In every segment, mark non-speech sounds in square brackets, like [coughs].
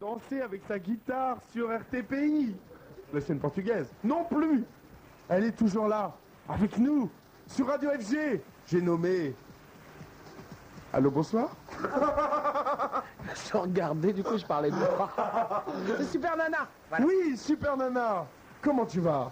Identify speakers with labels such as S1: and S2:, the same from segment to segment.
S1: danser avec sa guitare sur RTPI, la chaîne portugaise. Non plus Elle est toujours là, avec nous, sur Radio FG. J'ai nommé. Allô, bonsoir
S2: [laughs] Je regardais, du coup, je parlais de [laughs] moi. C'est super nana Voilà.
S1: Oui, super nana Comment tu vas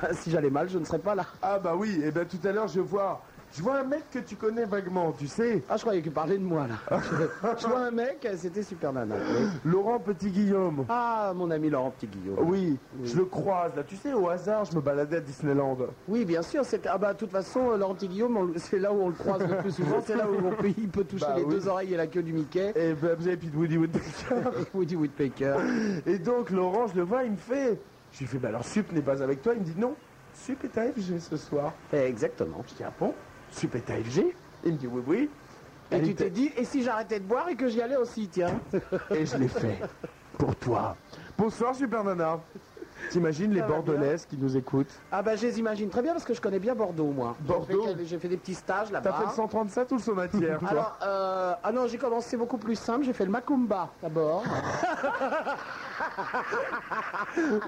S2: Bah, Si j'allais mal, je ne serais pas là.
S1: Ah bah oui, et ben tout à l'heure je vois. Je vois un mec que tu connais vaguement, tu sais,
S2: Ah, je croyais qu'il parlait de moi, [laughs] là. Je, je vois un mec, eh, c'était super nana. Oui.
S1: Laurent Petit Guillaume.
S2: Ah, mon ami Laurent Petit-Guillaume.
S1: Oui, je le croise là, tu sais, au hasard, je me baladais à Disneyland.
S2: Oui, bien sûr. c'est- Ah bah, de toute façon, euh, Laurent Petit Guillaume, on le- [laughs] c'est là où on le croise le plus souvent. C'est là où on peut- il peut toucher
S1: Bah
S2: les
S1: oui.
S2: deux oreilles et la queue du [laughs] Mickey.
S1: Et ben vous avez puis de Woody Woodpecker.
S2: Et Woody Woodpecker.
S1: Et donc Laurent, je le vois, il me fait. Je lui fais, bah alors Sup n'est pas avec toi, il me dit non, Sup est à FG ce soir.
S2: Eh, Exactement.
S1: Je dis ah bon, Sup est à FG Il me dit oui oui.
S2: Et
S1: Elle
S2: tu
S1: était-
S2: t'es dit, et si j'arrêtais de boire et que j'y allais aussi, tiens
S1: Et je l'ai fait. Pour toi. Bonsoir Super Nana. T'imagines les
S2: Ça va
S1: Bordelaises qui nous écoutent
S2: Ah bah, je les imagine très bien parce que je connais bien Bordeaux, moi. J'ai
S1: Bordeaux
S2: fait quel- J'ai fait des petits stages
S1: T'as fait le
S2: là-bas.
S1: 137 ou le sommatière toi
S2: Alors, euh, ah non, j'ai commencé beaucoup plus simple, j'ai fait le Macumba d'abord.
S1: Ah.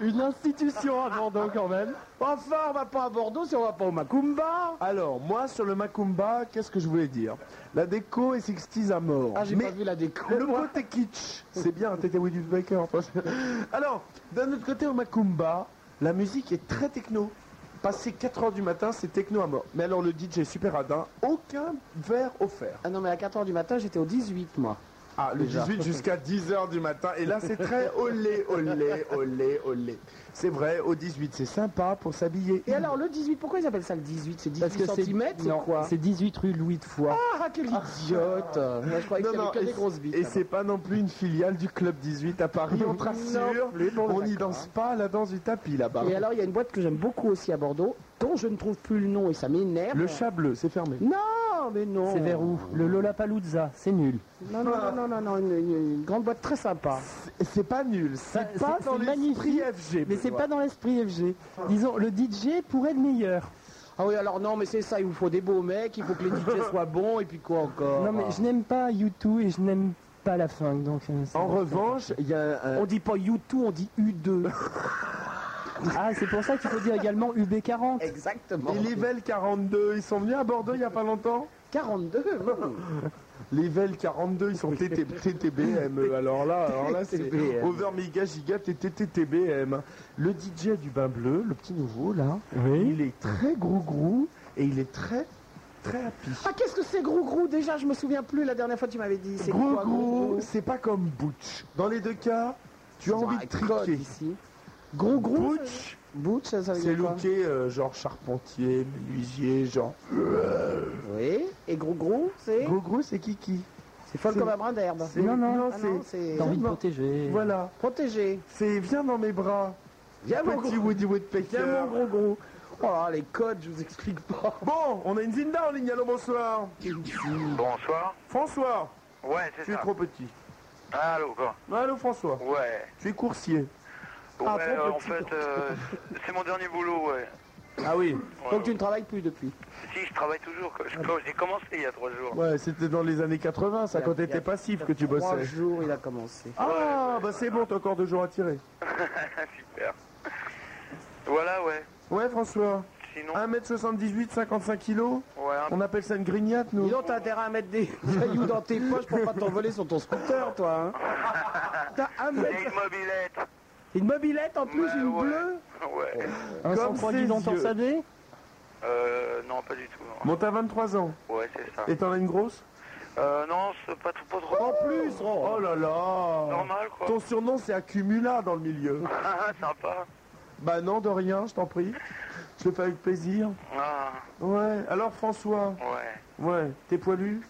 S3: Une institution à Bordeaux quand même.
S2: Enfin, on va pas à Bordeaux si on va pas au Macumba.
S1: Alors, moi, sur le Macumba, qu'est-ce que je voulais dire La déco est 60 à mort.
S2: Ah, j'ai
S1: Mais
S2: pas vu la déco.
S1: le
S2: moi.
S1: côté kitsch, c'est bien un tété Woody Baker. [laughs] Alors, d'un autre côté, au Macumba, la musique est très techno. Passé 4 heures du matin, c'est techno à mort. Mais alors, le DJ est super radin, aucun verre offert.
S2: Ah non, mais à 4h du matin, j'étais au 18, moi.
S1: Ah, le
S2: Déjà.
S1: 18 jusqu'à 10h du matin. Et là, c'est [laughs] très olé, olé, olé, olé. C'est vrai, au 18, c'est sympa pour s'habiller.
S2: Et alors, le 18, pourquoi ils appellent ça le 18 C'est 18 cm
S3: non,
S2: C'est quoi
S3: C'est 18 rue Louis de Foix.
S2: Ah, quel idiote Moi, Je croyais
S1: Non,
S2: qu'il y
S1: non,
S2: avait que
S1: et
S2: des
S1: c-
S2: grosses bites.
S1: Et c'est pas non plus une filiale du Club 18 à Paris, on te
S2: Non,
S1: rassure.
S2: plus, bon,
S1: On n'y
S2: d'accord.
S1: danse pas la danse du tapis là-bas.
S2: Et alors, il y a une boîte que j'aime beaucoup aussi à Bordeaux, dont je ne trouve plus le nom et ça m'énerve.
S1: Le chat bleu, c'est fermé.
S2: Non, mais non
S3: C'est vers où Le Lollapalooza, c'est nul.
S2: Non, non, non, non, non, non, une, une- une grande boîte très sympa.
S1: C'est- C'est pas nul, c'est
S3: c'est-
S1: pas
S3: c'est
S1: dans l'esprit
S3: magnifique,
S1: FG.
S3: Mais c'est pas dans l'esprit FG. Ah. Disons, le DJ pourrait être meilleur.
S2: Ah oui, alors non, mais c'est ça, il vous faut des beaux mecs, il faut que
S1: [laughs]
S2: les DJ soient bons, et puis quoi encore
S3: Non, mais je n'aime pas U2 et je n'aime pas la funk, donc... euh, c'est-
S1: En revanche, il y a un-
S2: On dit pas U2, on dit U2.
S3: [laughs] Ah, c'est pour ça qu'il faut dire également UB40.
S2: Exactement.
S1: Et Level 42, ils sont venus à Bordeaux il y a pas longtemps
S2: 42
S1: [laughs]
S2: hmm.
S1: Level 42, ils sont TT TTBM. Alors là, alors là c'est
S2: TTBM.
S1: over méga giga TTTBM. Le DJ du bain bleu, le petit nouveau là,
S3: Oui.
S1: il est très gros gros et il est très très happy.
S2: Ah, qu'est-ce que c'est Grou Grou Déjà, je me souviens plus la dernière fois tu m'avais dit. C'est
S1: Gros
S2: quoi, Grou
S1: gros,
S2: Grou
S1: c'est pas comme Butch. Dans les deux cas, tu as
S2: Ils ont
S1: envie
S2: un
S1: de
S2: code
S1: triquer.
S2: ici. Grou Grou
S1: Butch,
S2: Butch, ça veut
S1: c'est
S2: dire quoi
S1: looké euh, genre charpentier, menuisier, genre.
S2: Oui. Et Grou Grou, c'est
S1: Gros gros, c'est Kiki.
S2: C'est folle
S1: c'est-
S2: comme un brin d'herbe.
S1: C'est-
S3: Non, non,
S2: Ah non,
S1: c'est.
S2: c'est
S3: T'as envie de
S1: Exactement.
S3: protéger.
S1: Voilà,
S2: protégé.
S1: c'est viens dans mes bras,
S2: Viens mon
S1: petit
S2: Grou
S1: Woody
S2: Viens
S1: Woodpecker.
S2: mon Grou Grou. Oh là, les codes, je vous
S1: [laughs]
S2: explique pas.
S1: Bon, on a une Zinda en ligne, allô, bonsoir.
S4: Bonsoir.
S1: François,
S4: Ouais, c'est
S1: tu es
S4: ça. Ah,
S1: trop petit.
S4: Allô, quoi
S1: Allô, François,
S4: Ouais.
S1: tu es coursier. Ah,
S4: ouais,
S1: trop
S4: euh, en
S1: petit,
S4: fait, euh, [laughs] c'est mon dernier boulot, ouais.
S1: Ah oui
S4: Ouais,
S2: Donc tu ne travailles plus depuis.
S4: Si, je travaille toujours. quoi. Je- J'ai commencé il y a trois jours.
S1: Ouais, c'était dans les années 80, ça,
S2: Il y a-
S1: quand
S2: il y a-
S1: t'étais passif que tu
S2: Trois
S1: bossais.
S2: jours, il a commencé.
S1: Ah, bah c'est bon, t'as encore deux jours à tirer.
S4: Ah, Super. Voilà, ouais.
S1: Ouais, François.
S4: Sinon,
S1: 1m78, 55 kg
S4: ouais, un-
S1: Hein On appelle ça une grignate, nous
S2: Dis donc, t'as intérêt à mettre des [laughs] cailloux dans tes poches pour pas t'envoler sur ton scooter, toi. Hein. T'as un
S4: c'est
S2: mètre,
S4: une mobilette. [laughs]
S2: une mobilette en plus,
S4: Ouais,
S2: une
S4: ouais.
S2: bleue.
S4: Ouais.
S3: Un
S1: Comme ses
S3: 103 guidons
S1: yeux.
S3: torsadés
S4: Euh, non, pas du tout. non.
S1: Bon, t'as 23 ans.
S4: Ouais, c'est ça.
S1: Et t'en as une grosse
S4: Euh, non, c'est pas, trop- pas trop.
S1: En plus Oh là là
S4: Normal, quoi.
S1: Ton surnom, c'est Accumula dans le milieu.
S4: Ah, sympa.
S1: Bah non, de rien, je t'en prie. Je le fais avec plaisir.
S4: Ah,
S1: Ouais. Alors, François
S4: ouais.
S1: Ouais. T'es poilu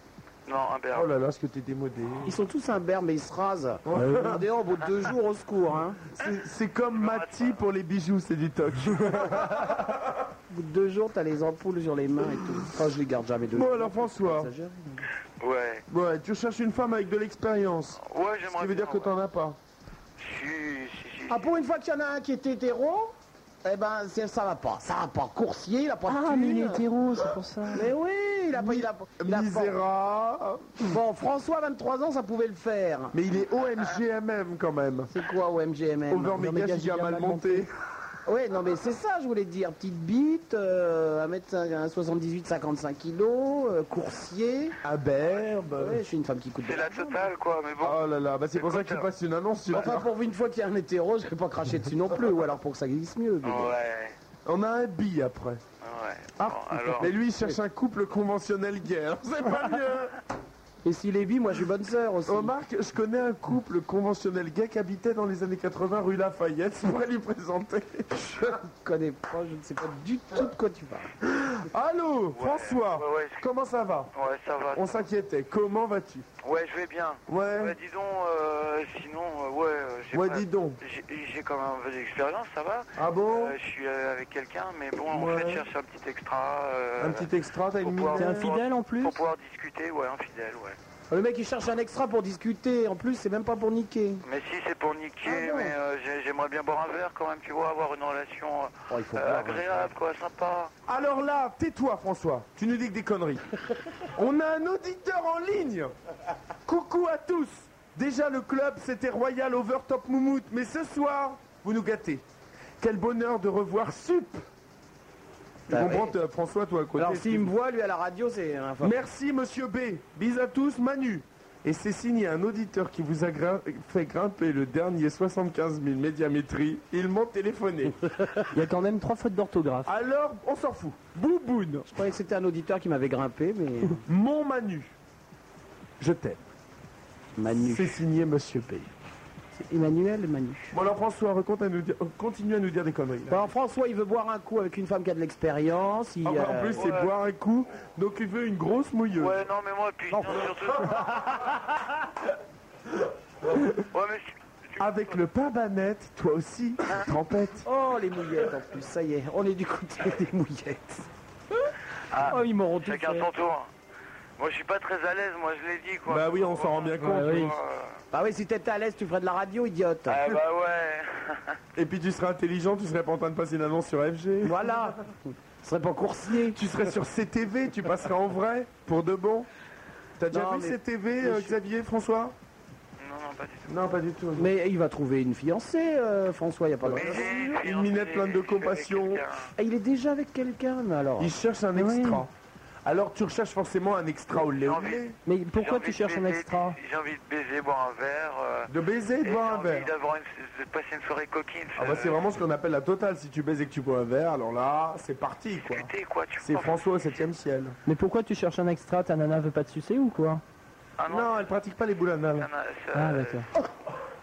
S4: Non, un berbe.
S1: Oh là là, ce que t'es démodé.
S2: Ils sont tous imberbes, mais ils se
S1: Ah
S2: rasent. Regardez, au bout de deux jours, au secours. Hein.
S1: C'est- C'est comme Mati pour les bijoux, c'est du
S4: [laughs]
S1: toc.
S2: Au bout de deux jours, t'as les ampoules sur les mains et tout. Enfin, je les garde jamais deux
S1: Bon,
S2: jours.
S1: alors, François.
S2: C'est exagéré.
S4: Ouais.
S1: Ouais, tu cherches une femme avec de l'expérience.
S4: Ouais,
S1: Ce
S4: j'aimerais
S1: qui veut dire
S4: bien,
S1: que
S4: ouais.
S1: t'en as pas.
S4: Si, si, si.
S2: Ah, pour une fois qu'il y en a un qui est hétéro, eh ben, c'est- ça va pas. Ça va pas. Coursier, il a pas de
S3: Ah, mais il est
S2: thune.
S3: hétéro, c'est pour ça.
S2: Mais oui, il a pas. Il a, il a-
S1: Misera.
S2: Bon, François, 23 ans, ça pouvait le faire.
S1: Mais il est OMGMM quand même.
S2: C'est quoi OMGMM
S1: Over méga giga mal monté.
S2: Ouais, non, mais c'est ça, je voulais dire. Petite bite, euh, 1m78, 55 kg, euh, coursier.
S4: Ah,
S2: Euh,
S1: Aberbe.
S2: Ouais, je suis une femme qui coûte de
S4: C'est la
S2: l'argent.
S4: totale, quoi, mais bon.
S1: Oh là là, bah c'est pour ça qu'il passe une annonce. tu
S2: Enfin,
S1: vois.
S2: pour une fois qu'il y a un hétéro, je vais pas cracher dessus non plus, ou alors pour que ça glisse mieux. mais bon.
S4: Ouais,
S1: On a un bi après.
S4: ouais.
S1: Ah.
S4: Bon, alors,
S1: Mais lui il cherche un couple conventionnel gay. alors C'est pas mieux.
S2: Et s'il est bi, moi je suis bonne sœur aussi.
S1: Remarque, je connais un couple conventionnel gay qui habitait dans les années 80 rue Lafayette. Je pourrais lui présenter.
S2: Je connais pas, je ne sais pas du tout de quoi tu parles.
S1: Allô,
S4: ouais,
S1: François.
S4: Ouais, ouais,
S1: Comment ça va
S4: je- ouais, ça va.
S1: On s'inquiétait. Comment vas-tu
S4: Ouais, je vais bien. Ouais,
S1: Ouais.
S4: dis donc, euh, sinon, euh, ouais, euh, j'ai
S1: Ouais,
S4: pas-
S1: dis donc.
S4: j'ai- j'ai quand même un peu d'expérience, ça va.
S1: Ah bon
S4: Euh, je suis euh, avec quelqu'un, mais bon, en
S1: Ouais.
S4: fait, je cherche un petit extra. euh,
S1: Un petit extra, t'as une
S4: Faut pas-
S3: T'es
S1: minute.
S3: infidèle en plus
S4: Pour pouvoir discuter, ouais, infidèle, ouais.
S2: Le mec il cherche un extra pour discuter, en plus c'est même pas pour niquer.
S4: Mais si, c'est pour niquer,
S2: Ah bon
S4: mais euh, j'ai- j'aimerais bien boire un verre quand même, tu vois, avoir une relation euh,
S2: Oh, il faut
S4: euh,
S2: boire, hein.
S4: agréable, quoi, sympa.
S1: Alors là, tais-toi François, tu nous dis que des
S2: [laughs]
S1: conneries. On a un auditeur en ligne. Coucou à tous. Déjà le club, c'était Royal Overtop Moumout, mais ce soir, vous nous gâtez. Quel bonheur de revoir Sup. Tu
S2: Bah
S1: comprends
S2: oui.
S1: t'as François toi à côté.
S2: Alors s'il me voit, lui à la radio, c'est un fort.
S1: Merci monsieur B. Bis à tous Manu. Et c'est signé un auditeur qui vous a grin- fait grimper le dernier 75 000 médiamétrie. Ils m'ont
S2: [laughs]
S1: téléphoné.
S3: Il y a quand même trois fautes d'orthographe.
S1: Alors, on s'en fout. Bouboune.
S2: Je croyais que c'était un auditeur qui m'avait grimpé, mais
S1: Mon Manu, je t'aime.
S2: Manu.
S1: C'est signé Monsieur P.
S2: C'est Emmanuel Manu.
S1: Bon alors François, raconte à nous dire- euh, continue à nous dire des conneries. là.
S2: Alors François, il veut boire un coup avec une femme qui a de l'expérience. il,
S1: Ah, bah, en
S2: euh,
S1: plus, c'est
S4: ouais.
S1: boire un coup, donc il veut une grosse mouilleuse.
S4: Ouais, non, mais moi, puis non, surtout. ouais, mais je- tu-
S1: Avec le pain banette, toi aussi, trempette.
S2: Oh les mouillettes en plus, ça y est, on est du côté [laughs] des mouillettes.
S4: Ah,
S2: oh ils m'auront tout
S4: chacun
S2: fait.
S4: son tour. Moi, je suis pas très à l'aise, moi, je l'ai dit, quoi.
S1: Bah oui, on s'en rend bien compte.
S4: Ouais,
S3: oui.
S4: euh,
S2: Bah oui, si t'étais à l'aise, tu ferais de la radio, idiote.
S4: Ah bah ouais.
S1: Et puis tu serais intelligent, tu serais pas en train de passer une annonce sur FG.
S2: Voilà. Ce serait pas coursier.
S1: Tu serais sur CTV, tu passerais en vrai, pour de bon. T'as déjà vu
S2: Non, mais-
S1: CTV,
S2: mais
S1: euh,
S2: je-
S1: Xavier, François
S4: Non, non, pas du tout.
S1: Non, pas du tout.
S2: Mais il va trouver une fiancée, euh, François, il a pas de
S4: Mais j'ai une
S1: Bah, Une minette pleine de compassion.
S2: Ah, il est déjà avec quelqu'un, mais alors.
S1: Il cherche un
S3: Oui.
S1: extra. Alors tu recherches forcément un extra au lait. au
S4: J'ai
S1: lait.
S3: Mais pourquoi tu cherches un extra
S4: J'ai envie de baiser, boire un verre. euh,
S1: De baiser, de
S4: et
S1: boire un
S4: j'ai envie
S1: verre.
S4: d'avoir une- de passer une soirée coquine.
S1: Ah bah c'est vraiment ce qu'on appelle la totale. Si tu baises et que tu bois un verre, alors là, c'est parti quoi.
S4: Discuter, quoi, tu
S1: C'est
S4: penses-
S1: François au 7ème ciel.
S3: Mais pourquoi tu cherches un extra Ta nana veut pas te sucer ou quoi
S4: Ah non,
S1: Non, elle pratique pas les boules
S4: ça
S1: anales.
S4: n'a-
S3: Ah
S1: Euh,
S4: ça-
S3: d'accord.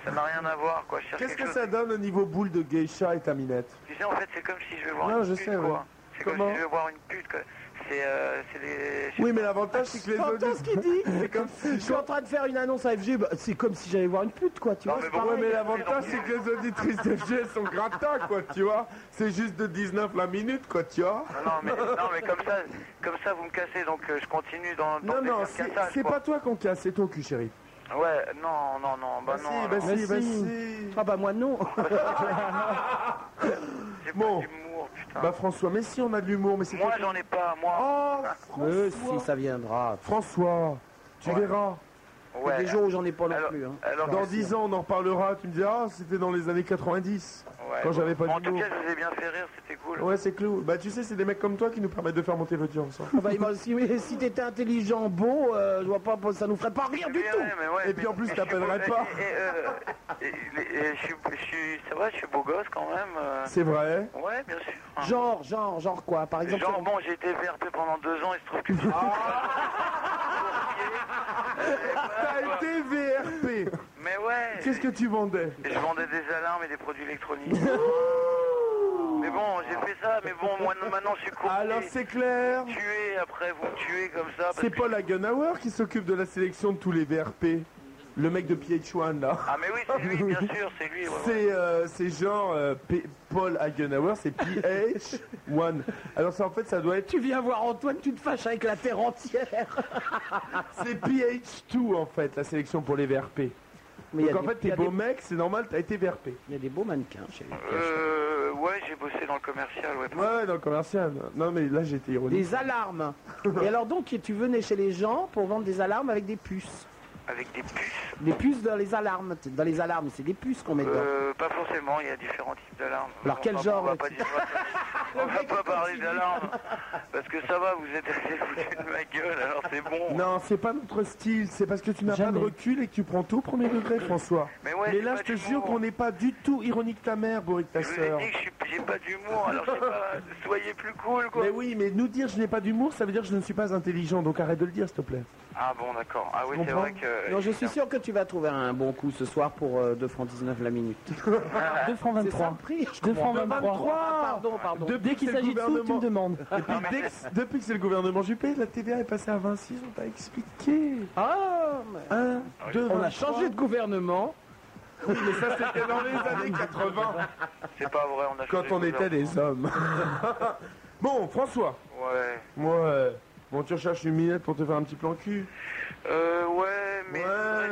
S4: ça n'a rien à voir, quoi. Je cherche
S1: Qu'est-ce
S4: quelque
S1: que
S4: chose
S1: ça donne au niveau boule de geisha et ta minette
S4: Tu sais, en fait, c'est comme si je vais voir
S1: Non,
S4: une
S1: je
S4: pute,
S1: sais, ouais.
S4: quoi. C'est comme
S1: Comment
S4: si je vais voir une pute, quoi. C'est euh, c'est des... je sais
S1: Oui,
S4: pas.
S1: mais l'avantage Ah, c'est que les
S2: T'entends ce
S1: auditeurs.
S2: qu'il dit
S1: C'est comme si.
S2: Je suis en train de faire une annonce à FG, bah, c'est comme si j'allais voir une pute, quoi, tu
S4: Non,
S2: vois.
S4: mais
S2: c'est
S4: bon,
S1: Ouais,
S2: pareil.
S1: mais l'avantage c'est que les auditrices de G elles sont gratta quoi, tu vois. C'est juste de 19 la minute quoi, tu vois.
S4: Non, non, mais, non, mais comme, ça, comme ça, vous me cassez, donc euh, je continue dans le
S1: Non, non, c'est c'est pas toi qu'on casse, c'est ton cul, chérie.
S4: Ouais, non, non, non, bah non.
S1: si, bah
S4: alors.
S1: si, bah
S3: Bah
S1: si.
S2: Ah bah moi non.
S4: J'ai
S1: bon.
S4: pas d'humour, putain.
S1: Bah François, mais si on a de l'humour, mais c'est.
S4: moi, j'en ai pas, moi.
S1: Oh
S2: Euh,
S1: François.
S2: si ça viendra.
S1: François, tu
S4: Ouais.
S1: verras.
S2: Il y a
S4: ouais.
S2: des jours où j'en ai pas non
S4: alors,
S2: plus. hein.
S4: alors,
S1: Dans
S4: ouais.
S1: 10 ans, on en reparlera. Tu me diras, ah, c'était dans les années 90. quand
S4: bon.
S1: j'avais pas
S4: En tout
S1: d'humour.
S4: cas, je vous ai bien fait rire, c'était cool.
S1: Ouais, c'est clou. Bah, tu sais, c'est des mecs comme toi qui nous permettent de faire monter votre audience. hein.
S2: Ah bah, il m'a- si si t'étais intelligent, beau, euh, je vois pas, ça nous ferait pas rire du
S4: Ouais,
S2: tout.
S4: ouais, mais ouais,
S1: Et puis,
S4: mais-
S1: en plus,
S4: mais
S1: t'appellerais
S4: je suis
S1: pas.
S4: beau- Et, et, euh, et- et- et je suis- je suis- ça va, je suis beau gosse quand même. euh.
S1: C'est
S4: [laughs]
S1: vrai.
S4: Ouais, bien sûr.
S2: Genre, genre, genre quoi Par exemple,
S4: Genre, bon, j'ai été VRP pendant deux ans, il se
S1: [laughs]
S4: trouve que...
S1: T'as été VRP.
S4: Mais ouais
S1: Qu'est-ce que tu vendais
S4: Je vendais des alarmes et des
S1: [laughs]
S4: produits électroniques. Oh. mais bon, j'ai fait ça, mais bon, moi, maintenant, je suis coupé.
S1: Ah, Alors, c'est clair.
S4: Tué, après, vous me tuez comme ça. parce
S1: C'est
S4: que-
S1: Paul Hagenauer qui s'occupe de la sélection de tous les VRP. Le mec de PH1, là.
S4: Ah, mais oui, c'est
S1: [laughs]
S4: lui, bien sûr, c'est lui. ouais, ouais.
S1: C'est euh, c'est genre euh, P- Paul Hagenauer, c'est PH1. Alors, ça, en fait, ça doit être
S2: tu viens voir Antoine, tu te fâches avec la terre entière.
S1: C'est PH2 en fait, la sélection pour les VRP.
S2: [laughs] Mais il y
S1: Donc en
S2: a des-
S1: fait,
S2: il y
S1: t'es
S2: a des-
S1: beau mec, c'est normal, t'as été VRP.
S2: il y a des beaux mannequins chez les
S4: Euh, ouais, j'ai bossé dans le commercial, ouais.
S1: Ouais, dans le commercial. Non, mais là, j'étais ironique.
S2: Des alarmes. Et alors donc, tu venais chez les gens pour vendre des alarmes avec des puces.
S4: Avec des puces.
S2: Des puces dans les alarmes. Dans les alarmes, c'est des puces qu'on met dedans.
S4: Euh, pas forcément, il y a différents types d'alarmes.
S2: Alors, quel
S4: va-
S2: genre,
S4: On va
S2: là,
S4: pas,
S1: [laughs]
S2: tu-
S4: dire- on va pas parler d'alarme. Parce que ça va, vous êtes assez foutus de ma gueule, alors c'est bon.
S1: Non, c'est pas notre style. C'est parce que tu n'as pas
S3: Jamais.
S1: de recul et que tu prends tout au premier degré, François.
S4: Mais ouais,
S1: mais
S4: c'est
S1: là,
S4: pas
S1: je te
S4: d'humour.
S1: jure qu'on n'est pas du tout ironique ta mère, Boris, ta
S4: Je vous ai
S1: sœur.
S4: dit que je suis- j'ai pas d'humour, alors c'est
S1: [laughs]
S4: pas... Soyez plus cool, quoi.
S1: Mais oui, mais nous dire je n'ai pas d'humour, ça veut dire que je ne suis pas intelligent. Donc arrête de le dire, s'il te plaît.
S4: Ah bon, d'accord. Ah oui,
S1: Tu
S4: c'est
S1: comprends
S4: vrai que...
S2: Non, je suis sûr que tu vas trouver un bon coup ce soir pour euh, 2 francs 19 la minute.
S3: 2 francs
S2: C'est ça
S3: 23.
S2: le prix je
S3: 2
S2: comprends.
S3: francs 23.
S2: Ah, Pardon, pardon.
S1: Depuis
S3: Dès
S1: que
S3: qu'il
S1: c'est le
S3: s'agit de sous, tu me
S1: gouvernement-
S3: demandes.
S1: Et puis, dès que- depuis que c'est le gouvernement Juppé, la TVA est passée à 26, on t'a expliqué.
S2: Ah, mais-
S1: 1, 2,
S2: on a changé de gouvernement.
S1: Mais ça, c'était dans les années 80,
S4: C'est pas vrai, on a
S1: quand
S4: changé
S1: on
S4: de
S1: était des hommes. [laughs] bon, François.
S4: couleur. Ouais.
S1: Moi, euh, bon, tu recherches une minette pour te faire un petit plan cul.
S4: Euh, ouais, mais
S1: Ouais.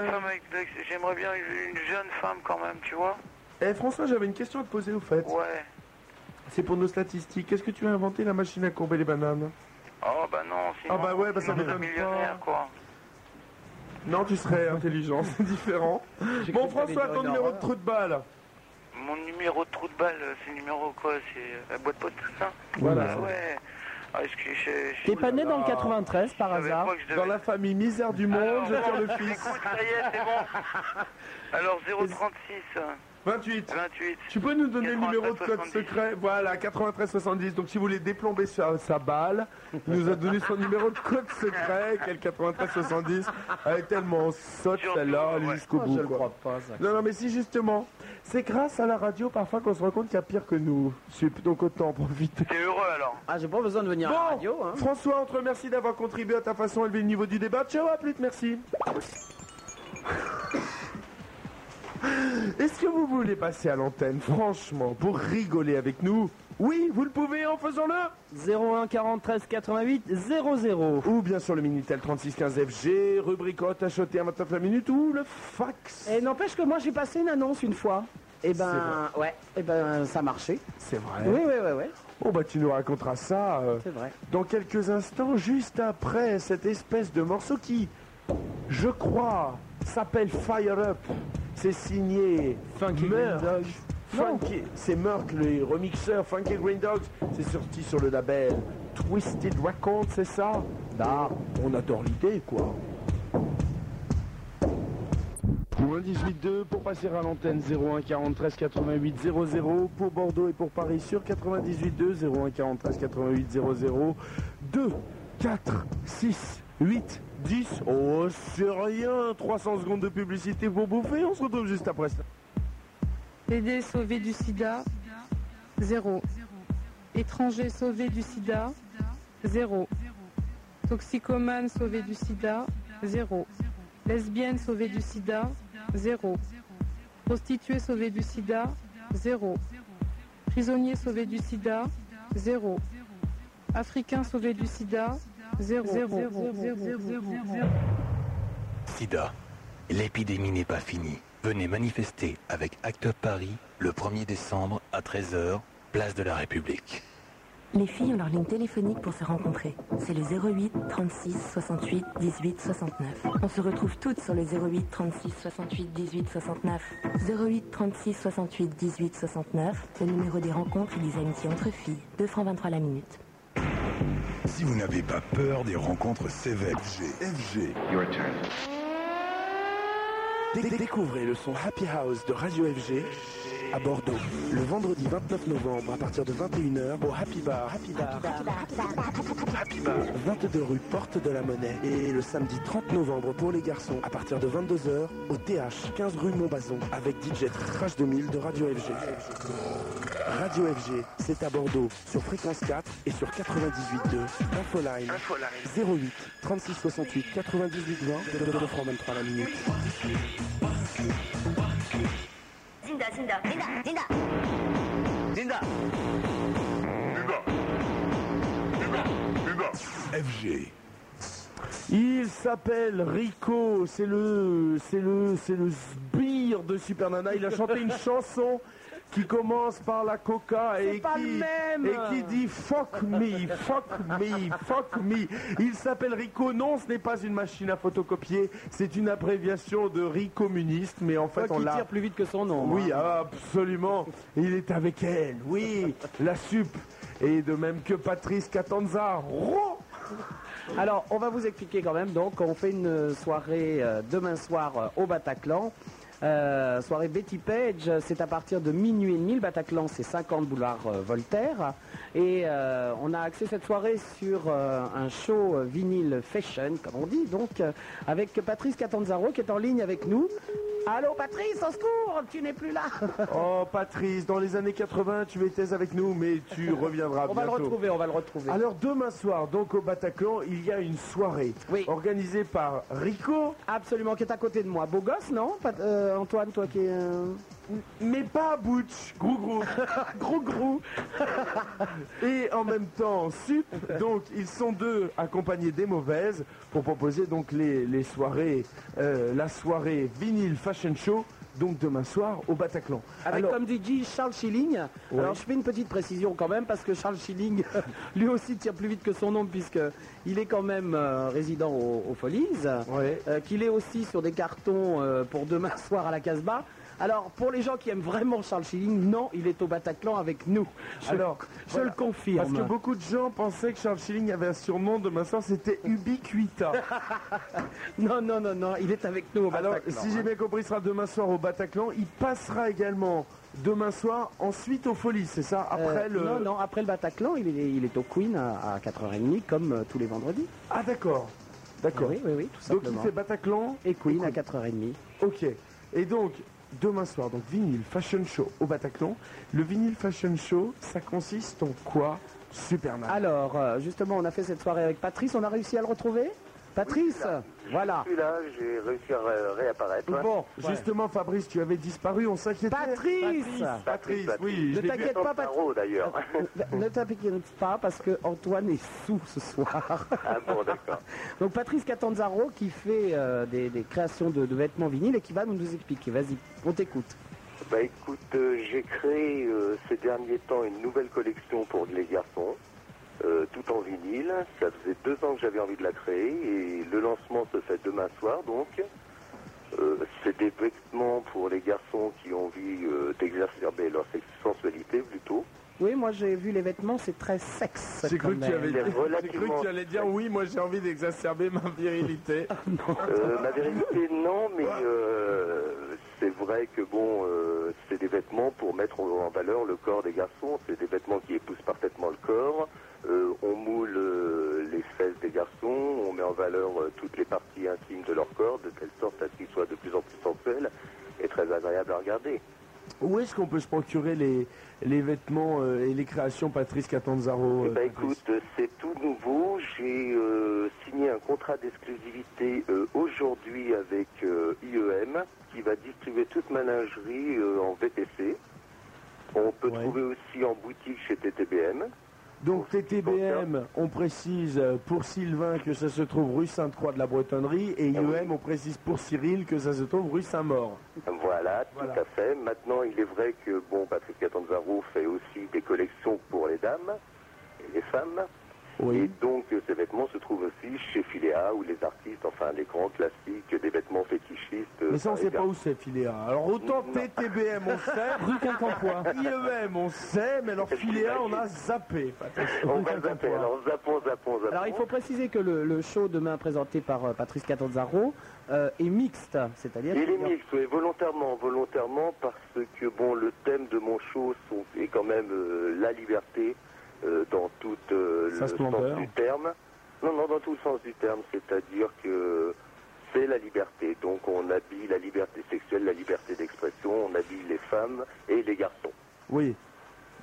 S4: une femme avec- avec- j'aimerais bien une une jeune femme quand même, tu vois.
S1: Eh, François, j'avais une question à te poser, au fait.
S4: Ouais.
S1: C'est pour nos statistiques. Est-ce que tu as inventé la machine à courber les bananes
S4: Oh bah non, sinon...
S1: Ah bah ouais, bah ça
S4: sinon je serais
S1: m'étonne pas.
S4: millionnaire, quoi.
S1: Non, tu serais
S4: [laughs]
S1: intelligent, c'est différent. Bon, François, ton numéro de trou de balle.
S4: Mon numéro de trou de balle, euh, c'est le numéro quoi C'est euh, la boîte pote, tout ça
S1: Voilà.
S4: Ah ouais. Ah, est-ce que je- je-
S3: T'es pas né dans le
S1: là.
S3: 93 par
S4: je savais
S3: hasard
S4: pas que je
S1: Dans
S4: devais-
S1: la famille misère du monde,
S4: Alors,
S1: je
S4: [laughs]
S1: tire le
S4: bon,
S1: fils.
S4: Écoute, ça y est, c'est bon.
S1: [laughs]
S4: Alors 036 euh,
S1: 28.
S4: 28.
S1: Tu peux nous donner le numéro de code
S4: 93 70.
S1: secret Voilà, 9370. Donc si vous voulez déplomber sa, sa balle, il nous a donné son numéro de code secret, quel 9370. Elle est tellement sotte
S4: Surtout,
S1: celle-là, elle est
S4: ouais.
S1: jusqu'au
S2: Ah,
S1: bout. quoi. Non, non, mais si justement, c'est grâce à la radio parfois qu'on se rend compte qu'il y a pire que nous. Sup, donc autant en profiter.
S4: T'es heureux alors
S2: Ah, j'ai pas besoin de venir à la radio. Hein.
S1: François, on te remercie d'avoir contribué à ta façon à élever le niveau du débat. Ciao, à plus, merci. Est-ce que vous voulez passer à l'antenne, franchement, pour rigoler avec nous Oui, vous le pouvez en faisant-le
S3: 01 43 88 00.
S1: Ou bien sur le Minitel 3615FG, rubrique haute acheter à 29 la minute, ou le fax.
S2: Et n'empêche que moi j'ai passé une annonce une fois. Et ben, ouais, et ben ça marchait.
S1: C'est vrai.
S2: Oui, oui, oui, oui,
S1: Bon, bah tu nous raconteras ça. euh,
S2: c'est vrai.
S1: dans quelques instants, juste après cette espèce de morceau qui, je crois, s'appelle Fire Up. C'est signé
S3: Funky
S1: Murk.
S3: Green Dog.
S1: Funky- c'est Murk, le remixeur Funky Green Dogs. C'est sorti sur le label Twisted Records, c'est ça Bah, on adore l'idée, quoi. Pour 18-2, pour passer à l'antenne 01 43 88 00, pour Bordeaux et pour Paris sur 98-2, 01 43 88 00, 2, 4, 6, 8, 10, oh c'est rien, 300 secondes de publicité pour bouffer, on se retrouve juste après ça.
S5: Aidés sauvés du sida, 0. Étrangers sauvés du sida, 0. Toxicomanes sauvés du sida, 0. Lesbiennes sauvées du sida, 0. Prostituées sauvées du sida, 0. Prisonniers sauvés du sida, 0. Africains sauvés du sida, 0.
S6: Sida. L'épidémie n'est pas finie. Venez manifester avec Act Up Paris le 1er décembre à 13h, place de la République.
S7: Les filles ont leur ligne téléphonique pour se rencontrer. C'est le 08 36 68 18 69. On se retrouve toutes sur le 08 36 68 18 69. 08 36 68 18 69, le numéro des rencontres et des amitiés entre filles. 2 francs 23 la minute.
S8: Si vous n'avez pas peur des rencontres sévères, FG, FG,
S1: Dé- Découvrez le son Happy House de Radio FG à Bordeaux le vendredi 29 novembre à partir de 21h au Happy Bar, Happy Bar, Happy Bar, 22 rue Porte de la Monnaie et le samedi 30 novembre pour les garçons à partir de 22h au TH 15 rue Montbazon avec DJ Trash 2000 de Radio FG. Radio FG, c'est à Bordeaux sur fréquence 4 et sur 98.2 Infoline 08 36 68 98 20 de francs 23 la minute.
S8: FG.
S1: Il s'appelle Rico, c'est le, c'est le, c'est le sbire délire de Super Nana. Il a
S9: [laughs]
S1: chanté une chanson qui commence par la coca et qui,
S9: pas le même.
S1: et qui dit fuck me, fuck me, fuck me. Il s'appelle Rico. Non, ce n'est pas une machine à photocopier. C'est une abréviation de Rico communiste, mais en fait, on
S2: qui
S1: l'a.
S2: tire plus vite que son hein. nom.
S1: Oui, absolument. Il est avec elle. Oui, la sup. Et de même que Patrice Catanza. Ro-
S2: Alors, on va vous expliquer quand même. Donc, on fait une soirée euh, demain soir euh, au Bataclan. Euh, soirée Betty Page, euh, c'est à partir de minuit et demi. Le Bataclan, c'est 50 boulevard euh, Voltaire. Et euh, on a axé cette soirée sur euh, un show euh, vinyle fashion, comme on dit, donc, euh, avec Patrice Catanzaro qui est en ligne avec nous. Allô Patrice, au secours, tu n'es plus là.
S1: Oh, Patrice, dans les années 80, tu étais avec nous, mais
S2: [laughs]
S1: tu reviendras
S2: On va le
S1: bientôt.
S2: retrouver, on va le retrouver.
S1: Alors, demain soir, donc au Bataclan, il y a une soirée
S2: Oui.
S1: organisée par Rico,
S2: Absolument, qui est à côté de moi. Beau gosse, non Pat- euh, Antoine, toi qui es... euh,
S1: mais pas Butch, Grou
S2: [laughs]
S1: Grou, Grou Grou, [laughs] et en même temps Sup. Donc, ils sont deux accompagnés des mauvaises pour proposer donc les, les soirées, euh, la soirée vinyle fashion show, donc demain soir au Bataclan.
S2: Avec
S1: Alors,
S2: comme DJ Charles Schilling. Alors je fais une petite précision quand même parce que Charles Schilling [laughs] lui aussi tire plus vite que son nom puisque il est quand même euh, résident au, au Folies,
S1: Ouais.
S2: euh, qu'il est aussi sur des cartons euh, pour demain [laughs] soir à la Casbah. Alors pour les gens qui aiment vraiment Charles Schilling, non, il est au Bataclan avec nous. Je,
S1: Alors,
S2: je
S1: voilà.
S2: le confirme.
S1: Parce que beaucoup de gens pensaient que Charles Schilling avait un surnom demain soir, c'était
S2: [laughs]
S1: Ubiquita.
S2: Non, non, non, non, il est avec nous au
S1: Alors,
S2: Bataclan. hein.
S1: si j'ai bien compris, il sera demain soir au Bataclan. Il passera également demain soir, ensuite aux Folies, c'est ça Après
S2: Euh,
S1: le.
S2: Non, non, après le Bataclan, il est, il est au Queen à, à 4h30 comme euh, tous les vendredis.
S1: Ah, d'accord. D'accord.
S2: Oui, oui, oui, tout
S1: donc,
S2: simplement.
S1: il fait Bataclan.
S2: Et Queen à 4h30.
S1: Ok. Et donc, demain soir, donc vinyle fashion show au Bataclan. Le vinyle fashion show, ça consiste en quoi Superman.
S2: Alors, euh, justement, on a fait cette soirée avec Patrice, on a réussi à le retrouver Patrice Voilà.
S10: Celui-là, j'ai réussi à ré- réapparaître.
S1: Bon, justement, Fabrice, tu avais disparu, on s'inquiétait.
S2: Patrice
S1: Patrice,
S10: Patrice,
S1: oui,
S2: Ne
S1: je l'ai vu.
S2: t'inquiète pas, Patrice.
S10: Taro, d'ailleurs.
S2: Euh, Ne t'inquiète pas parce que Antoine est sous ce soir.
S10: ah bon, d'accord.
S4: [laughs]
S2: Donc Patrice Catanzaro qui fait euh, des, des créations de, de vêtements vinyles et qui va nous expliquer. Vas-y, on t'écoute.
S10: Bah écoute, euh, j'ai créé euh, ces derniers temps une nouvelle collection pour les garçons, euh, tout en vinyle. Ça faisait deux ans que j'avais envie de la créer et le lancement se fait demain soir donc. Euh, c'est des vêtements pour les garçons qui ont envie euh, d'exacerber leur sex- sensualité plutôt.
S2: Oui, moi j'ai vu les vêtements, c'est très sexe.
S1: J'ai cru,
S2: quand
S1: que tu
S2: même.
S1: avais-
S10: Mais
S1: j'ai cru que
S10: relativement-
S1: tu allais dire oui, moi j'ai envie d'exacerber ma virilité.
S10: [laughs] Euh, ma vérité, non, mais euh, c'est vrai que bon, euh, c'est des vêtements pour mettre en en valeur le corps des garçons. C'est des vêtements qui épousent parfaitement le corps. Euh, on moule euh, les fesses des garçons, on met en valeur euh, toutes les parties intimes de leur corps, de telle sorte à ce qu'ils soient de plus en plus sensuels et très agréables à regarder.
S1: Où est-ce qu'on peut se procurer les, les vêtements euh, et les créations Patrice Catanzaro
S10: Eh
S1: euh,
S10: ben,
S1: Patrice
S10: écoute, euh, c'est tout nouveau. J'ai euh, signé un contrat d'exclusivité euh, aujourd'hui avec euh, IEM qui va distribuer toute ma lingerie euh, en VTC. On peut
S1: Ouais.
S10: trouver aussi en boutique chez TTBM.
S1: Donc TTBM, on précise euh, pour Sylvain que ça se trouve rue Sainte-Croix de la Bretonnerie et
S10: Ah oui. Euh,
S1: IEM, on précise pour Cyril que ça se trouve rue Saint-Maur.
S10: Voilà, tout
S1: Voilà.
S10: à fait. Maintenant, il est vrai que bon, Patrick Catanzaro fait aussi des collections pour les dames et les femmes. Et donc, euh, ces vêtements se trouvent aussi chez Filéa ou les artistes, enfin les grands classiques, des vêtements fétichistes. euh,
S1: Mais ça, on
S10: par
S1: sait
S10: les
S1: pas où c'est, Filéa. Alors, autant
S10: Non.
S1: TTBM, on sait.
S9: Rue Quincampoix.
S1: IEM, on sait, mais alors Filéa, on a zappé.
S10: On va zapper, alors zappons, zappons, zappons.
S2: Alors il faut préciser que le, le show demain présenté par euh, Patrice Catanzaro euh, est mixte, c'est-à-dire
S10: Il est
S2: qu'il y a-
S10: mixte, oui, volontairement, volontairement, parce que bon, le thème de mon show sont- est quand même euh, la liberté euh, dans tout euh,
S1: Sa
S10: le
S1: splendeur.
S10: sens du terme. Non, non, dans tout le sens du terme, c'est-à-dire que c'est la liberté. Donc on habille la liberté sexuelle, la liberté d'expression, on habille les femmes et les garçons.
S1: Oui,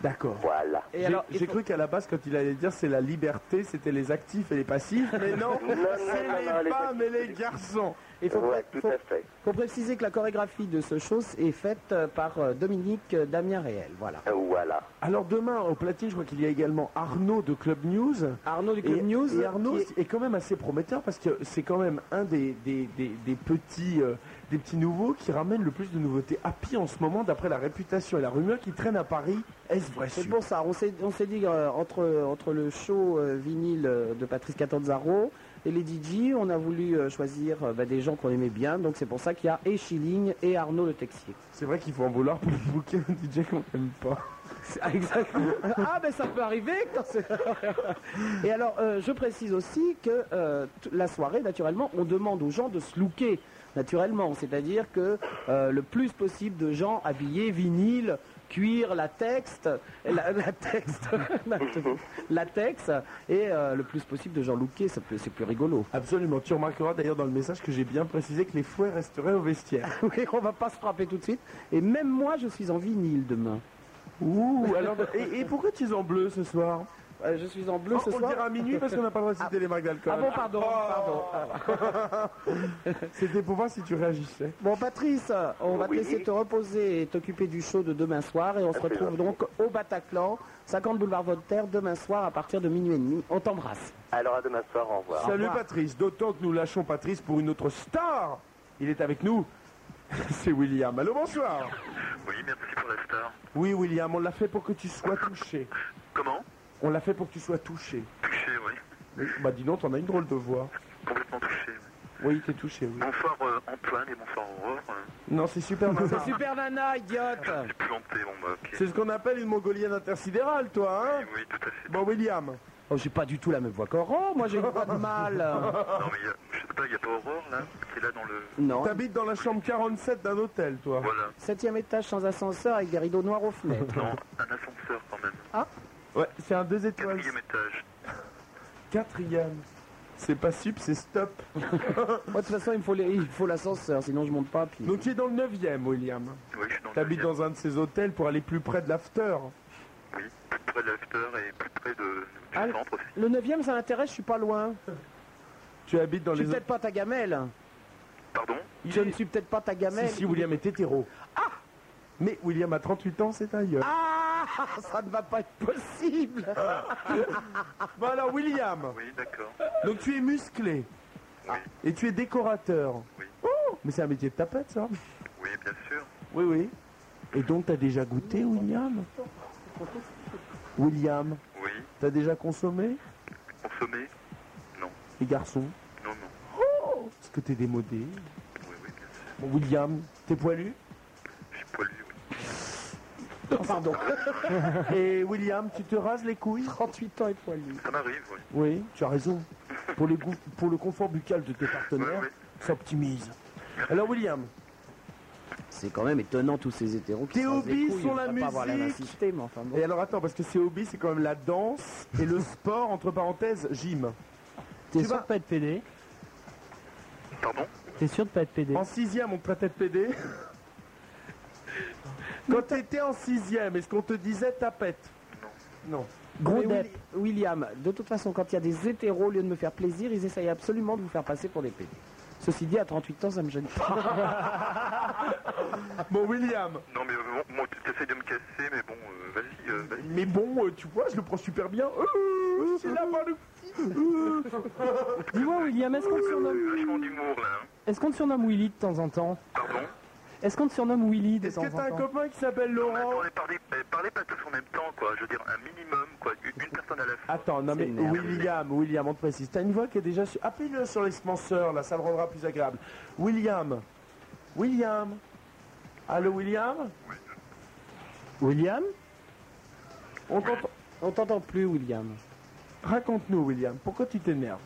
S1: d'accord.
S10: Voilà.
S2: Et
S1: J'ai-
S2: alors, il
S1: J'ai
S2: faut-
S1: cru qu'à la base, quand il allait dire c'est la liberté, c'était les actifs et les passifs, mais non,
S10: Non, non,
S1: c'est
S10: non, non,
S1: les
S10: les
S1: femmes et
S10: actifs,
S1: les
S10: les-
S1: garçons.
S2: il faut,
S10: Ouais,
S2: pré-
S10: tout
S2: faut-
S10: à fait.
S2: faut préciser que la chorégraphie de ce show est faite euh, par euh, Dominique euh, Damien Réel. Voilà.
S10: Voilà.
S1: Alors demain, au platine, je crois qu'il y a également Arnaud de Club News.
S2: Arnaud du
S1: Et,
S2: Club News.
S1: et Arnaud
S2: qui
S1: est...
S2: est-
S1: quand même assez prometteur parce que c'est quand même un des, des, des- des petits, euh, des petits nouveaux qui ramènent le plus de nouveautés Happy en ce moment, d'après la réputation et la rumeur qui traîne à Paris. Est-ce vrai
S2: C'est
S1: sûr
S2: pour ça, on s'est on s'est dit euh, entre, entre le show euh, vinyle euh, de Patrice Catanzaro et les DJ, on a voulu euh, choisir euh, bah, des gens qu'on aimait bien, donc c'est pour ça qu'il y a et Schilling et Arnaud le Texier.
S1: C'est vrai qu'il faut en vouloir pour bouquet [laughs] un DJ qu'on n'aime pas.
S2: Ah, [laughs] exactement. Ah, ben ça peut arriver. que dans ce- [laughs] Et alors, euh, je précise aussi que euh, t- la soirée, naturellement, on demande aux gens de se looker, naturellement. C'est-à-dire que euh, le plus possible de gens habillés, vinyle, cuir, latex, la, [laughs] latex, latex, et euh, le plus possible de gens lookés, ça peut- c'est plus rigolo. [laughs]
S1: Absolument. Tu remarqueras d'ailleurs dans le message que j'ai bien précisé que les fouets resteraient au vestiaire.
S2: Oui, on va pas se frapper tout de suite. Et même moi, je suis en vinyle demain.
S1: Ouh, alors. Et, et pourquoi tu es en bleu ce soir
S2: Euh, je suis en bleu
S1: Oh,
S2: ce
S1: On
S2: soir.
S1: le dira à minuit parce qu'on n'a pas le droit de citer les marques d'alcool.
S2: Ah bon, pardon, pardon.
S1: C'était pour voir si tu réagissais.
S2: Bon Patrice, on va te
S4: Oui.
S2: laisser te reposer et t'occuper du show de demain soir et on se
S4: fait
S2: retrouve
S4: gentil.
S2: donc au Bataclan, 50 boulevard Voltaire, demain soir à partir de minuit et demi. On t'embrasse.
S4: Alors à demain soir, au revoir.
S1: Salut
S2: revoir.
S1: Patrice, d'autant que nous lâchons Patrice pour une autre star. Il est avec nous. [laughs] C'est William. Allô, bonsoir.
S4: Oui, merci pour la star.
S1: Oui, William, on l'a fait pour que tu sois touché.
S4: Comment
S1: On l'a fait pour que tu sois touché.
S4: Touché, oui.
S1: Bah dis donc, t'en as une drôle de voix.
S4: Complètement touché.
S1: Oui, t'es touché, oui.
S4: Bonsoir euh, Antoine et bonsoir Aurore. Euh,
S1: Non, c'est super. Nana.
S2: Super Nana, idiote
S4: planté, bon bah ok.
S1: c'est ce qu'on appelle une mongolienne intersidérale, toi, hein
S4: Oui, tout à fait.
S1: Bon, William.
S2: Oh, j'ai pas du tout la même voix qu'Oran, moi j'ai une voix de
S1: [laughs]
S2: mâle.
S1: Ah.
S4: Non mais y a- je sais pas, il n'y a pas Aurore là, qui est là dans le...
S2: Non,
S1: T'habites dans la chambre 47 d'un hôtel, toi.
S4: Voilà.
S2: septième étage sans ascenseur avec des rideaux noirs
S1: [laughs]
S2: aux fenêtres.
S4: Non, un ascenseur quand même.
S1: Ouais, c'est un deux étoiles.
S4: Quatrième étage.
S1: Quatrième. C'est pas sup, c'est stop.
S2: Moi de toute façon il me faut les- il me faut l'ascenseur, sinon je monte pas. Puis...
S1: Donc tu es dans le neuvième, William.
S4: Oui, je suis dans le
S1: T'habites dans un de ces hôtels pour aller plus près de l'after.
S4: Oui, plus près de l'after et plus près de, du
S2: Ah, le-
S4: centre aussi.
S2: Le neuvième ça m'intéresse, je suis pas loin.
S1: Tu habites dans
S2: Je suis
S1: les
S2: peut-être pas ta gamelle.
S4: Pardon
S1: Il
S2: Je
S1: est-
S2: ne suis peut-être pas ta
S1: Si,
S2: gamelle.
S1: si, William est hétéro. Ah Mais William a 38 ans, c'est ailleurs.
S2: Ah [laughs] Ça ne va pas être possible
S1: Bon Bah alors, William,
S4: Oui, d'accord.
S1: donc tu es musclé. Et tu es décorateur.
S4: Oui.
S1: Oh, mais c'est un métier de tapette, ça.
S4: Oui, bien sûr.
S1: Oui, oui. Et donc, t'as déjà goûté, William William,
S4: Oui,
S1: t'as déjà consommé
S4: consommer
S1: Les garçons,
S4: Non, non.
S1: est-ce que t'es démodé
S4: Oui, oui, bien sûr.
S1: Bon, William, t'es poilu
S4: Je suis poilu, oui.
S2: Pardon,
S1: Et William, tu te rases les couilles
S2: 38 ans et poilu.
S4: Ça m'arrive, oui.
S1: Oui, tu as raison. Pour, les goûts- pour le confort buccal de tes partenaires,
S4: Ouais,
S1: ça optimise. Alors William,
S2: C'est quand même étonnant tous ces hétéros qui
S1: Tes
S2: rasent les
S1: hobbies
S2: couilles,
S1: sont
S2: on
S1: la
S2: devrait pas avoir l'air d'un
S1: musique.
S2: système, enfin bon.
S1: et alors attends, parce que c'est hobby, c'est quand même la danse et le sport, entre parenthèses, gym.
S3: T'es
S1: Tu
S3: sûr
S1: vas-
S3: de pas être pédé
S4: Pardon
S3: T'es sûr de pas être pédé
S1: En sixième, on te traitait de PD. Quand t'étais en sixième, est-ce qu'on te disait tapette Non.
S2: Gros
S1: Mais
S2: dep.
S1: Willi-
S2: William, de toute façon, quand il y a des hétéros, au lieu de me faire plaisir, ils essayent absolument de vous faire passer pour des pédés. Ceci dit, à 38 ans, ça me gêne pas.
S1: Bon William,
S4: Non, mais euh, bon, moi, tu essaies de me casser, mais bon, euh, vas-y, euh, vas-y.
S1: mais bon, euh, tu vois, je le prends super bien. Euh, c'est la main de-
S3: Dis-moi, William, est-ce qu'on te surnomme,
S4: Euh, Vachement d'humour, là. hein.
S3: est-ce qu'on te surnomme Willy de temps en temps
S4: Pardon
S3: Est-ce qu'on te surnomme Willy de
S1: Est-ce
S3: temps
S1: que
S3: en
S1: t'as un
S3: temps
S1: copain qui s'appelle
S4: Non, mais
S1: Laurent
S4: attendez, parlez, eh, parlez pas tous en même temps, quoi. Je veux dire, un minimum, quoi.
S1: [laughs]
S4: Une une personne à la fois.
S1: Attends, non mais
S2: C'est énervé.
S1: William, William, on te précise, t'as une voix qui est déjà sur... Appelle-le sur l'espenseur, là, ça le rendra plus agréable. William, William, allô William
S3: William
S1: On t'entend-
S2: On t'entend plus, William.
S1: Raconte-nous William, pourquoi tu t'énerves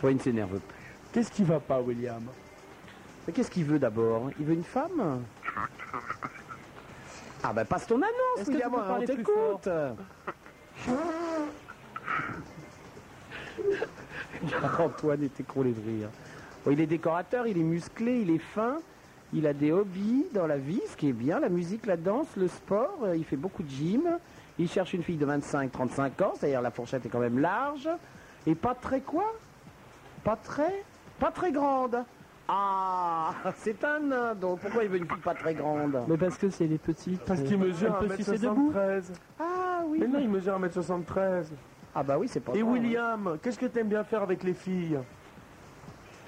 S2: Toi, il ne s'énerve plus.
S1: Qu'est-ce qui va pas William
S2: Mais qu'est-ce qu'il veut d'abord Il veut une femme Ah ben, passe ton annonce,
S3: Est-ce que tu
S2: William,
S3: peux
S2: on
S3: parler plus fort
S2: t'écoute Antoine est écroulé de rire. Bon, il est décorateur, il est musclé, il est fin, il a des hobbies dans la vie, ce qui est bien, la musique, la danse, le sport, euh, il fait beaucoup de gym, il cherche une fille de 25-35 ans, c'est-à-dire la fourchette est quand même large, et pas très quoi Pas très Pas très grande Ah [laughs] C'est un nain, donc pourquoi il veut une fille pas très grande
S3: Mais parce que c'est les petits.
S1: Parce qu'il mesure
S3: Elle peut sucer debout
S1: 1m73.
S2: Ah oui
S1: Mais non, il mesure 1m73.
S2: Ah bah oui, c'est pas
S1: Et
S2: grave.
S1: William, qu'est-ce que t'aimes bien faire avec les filles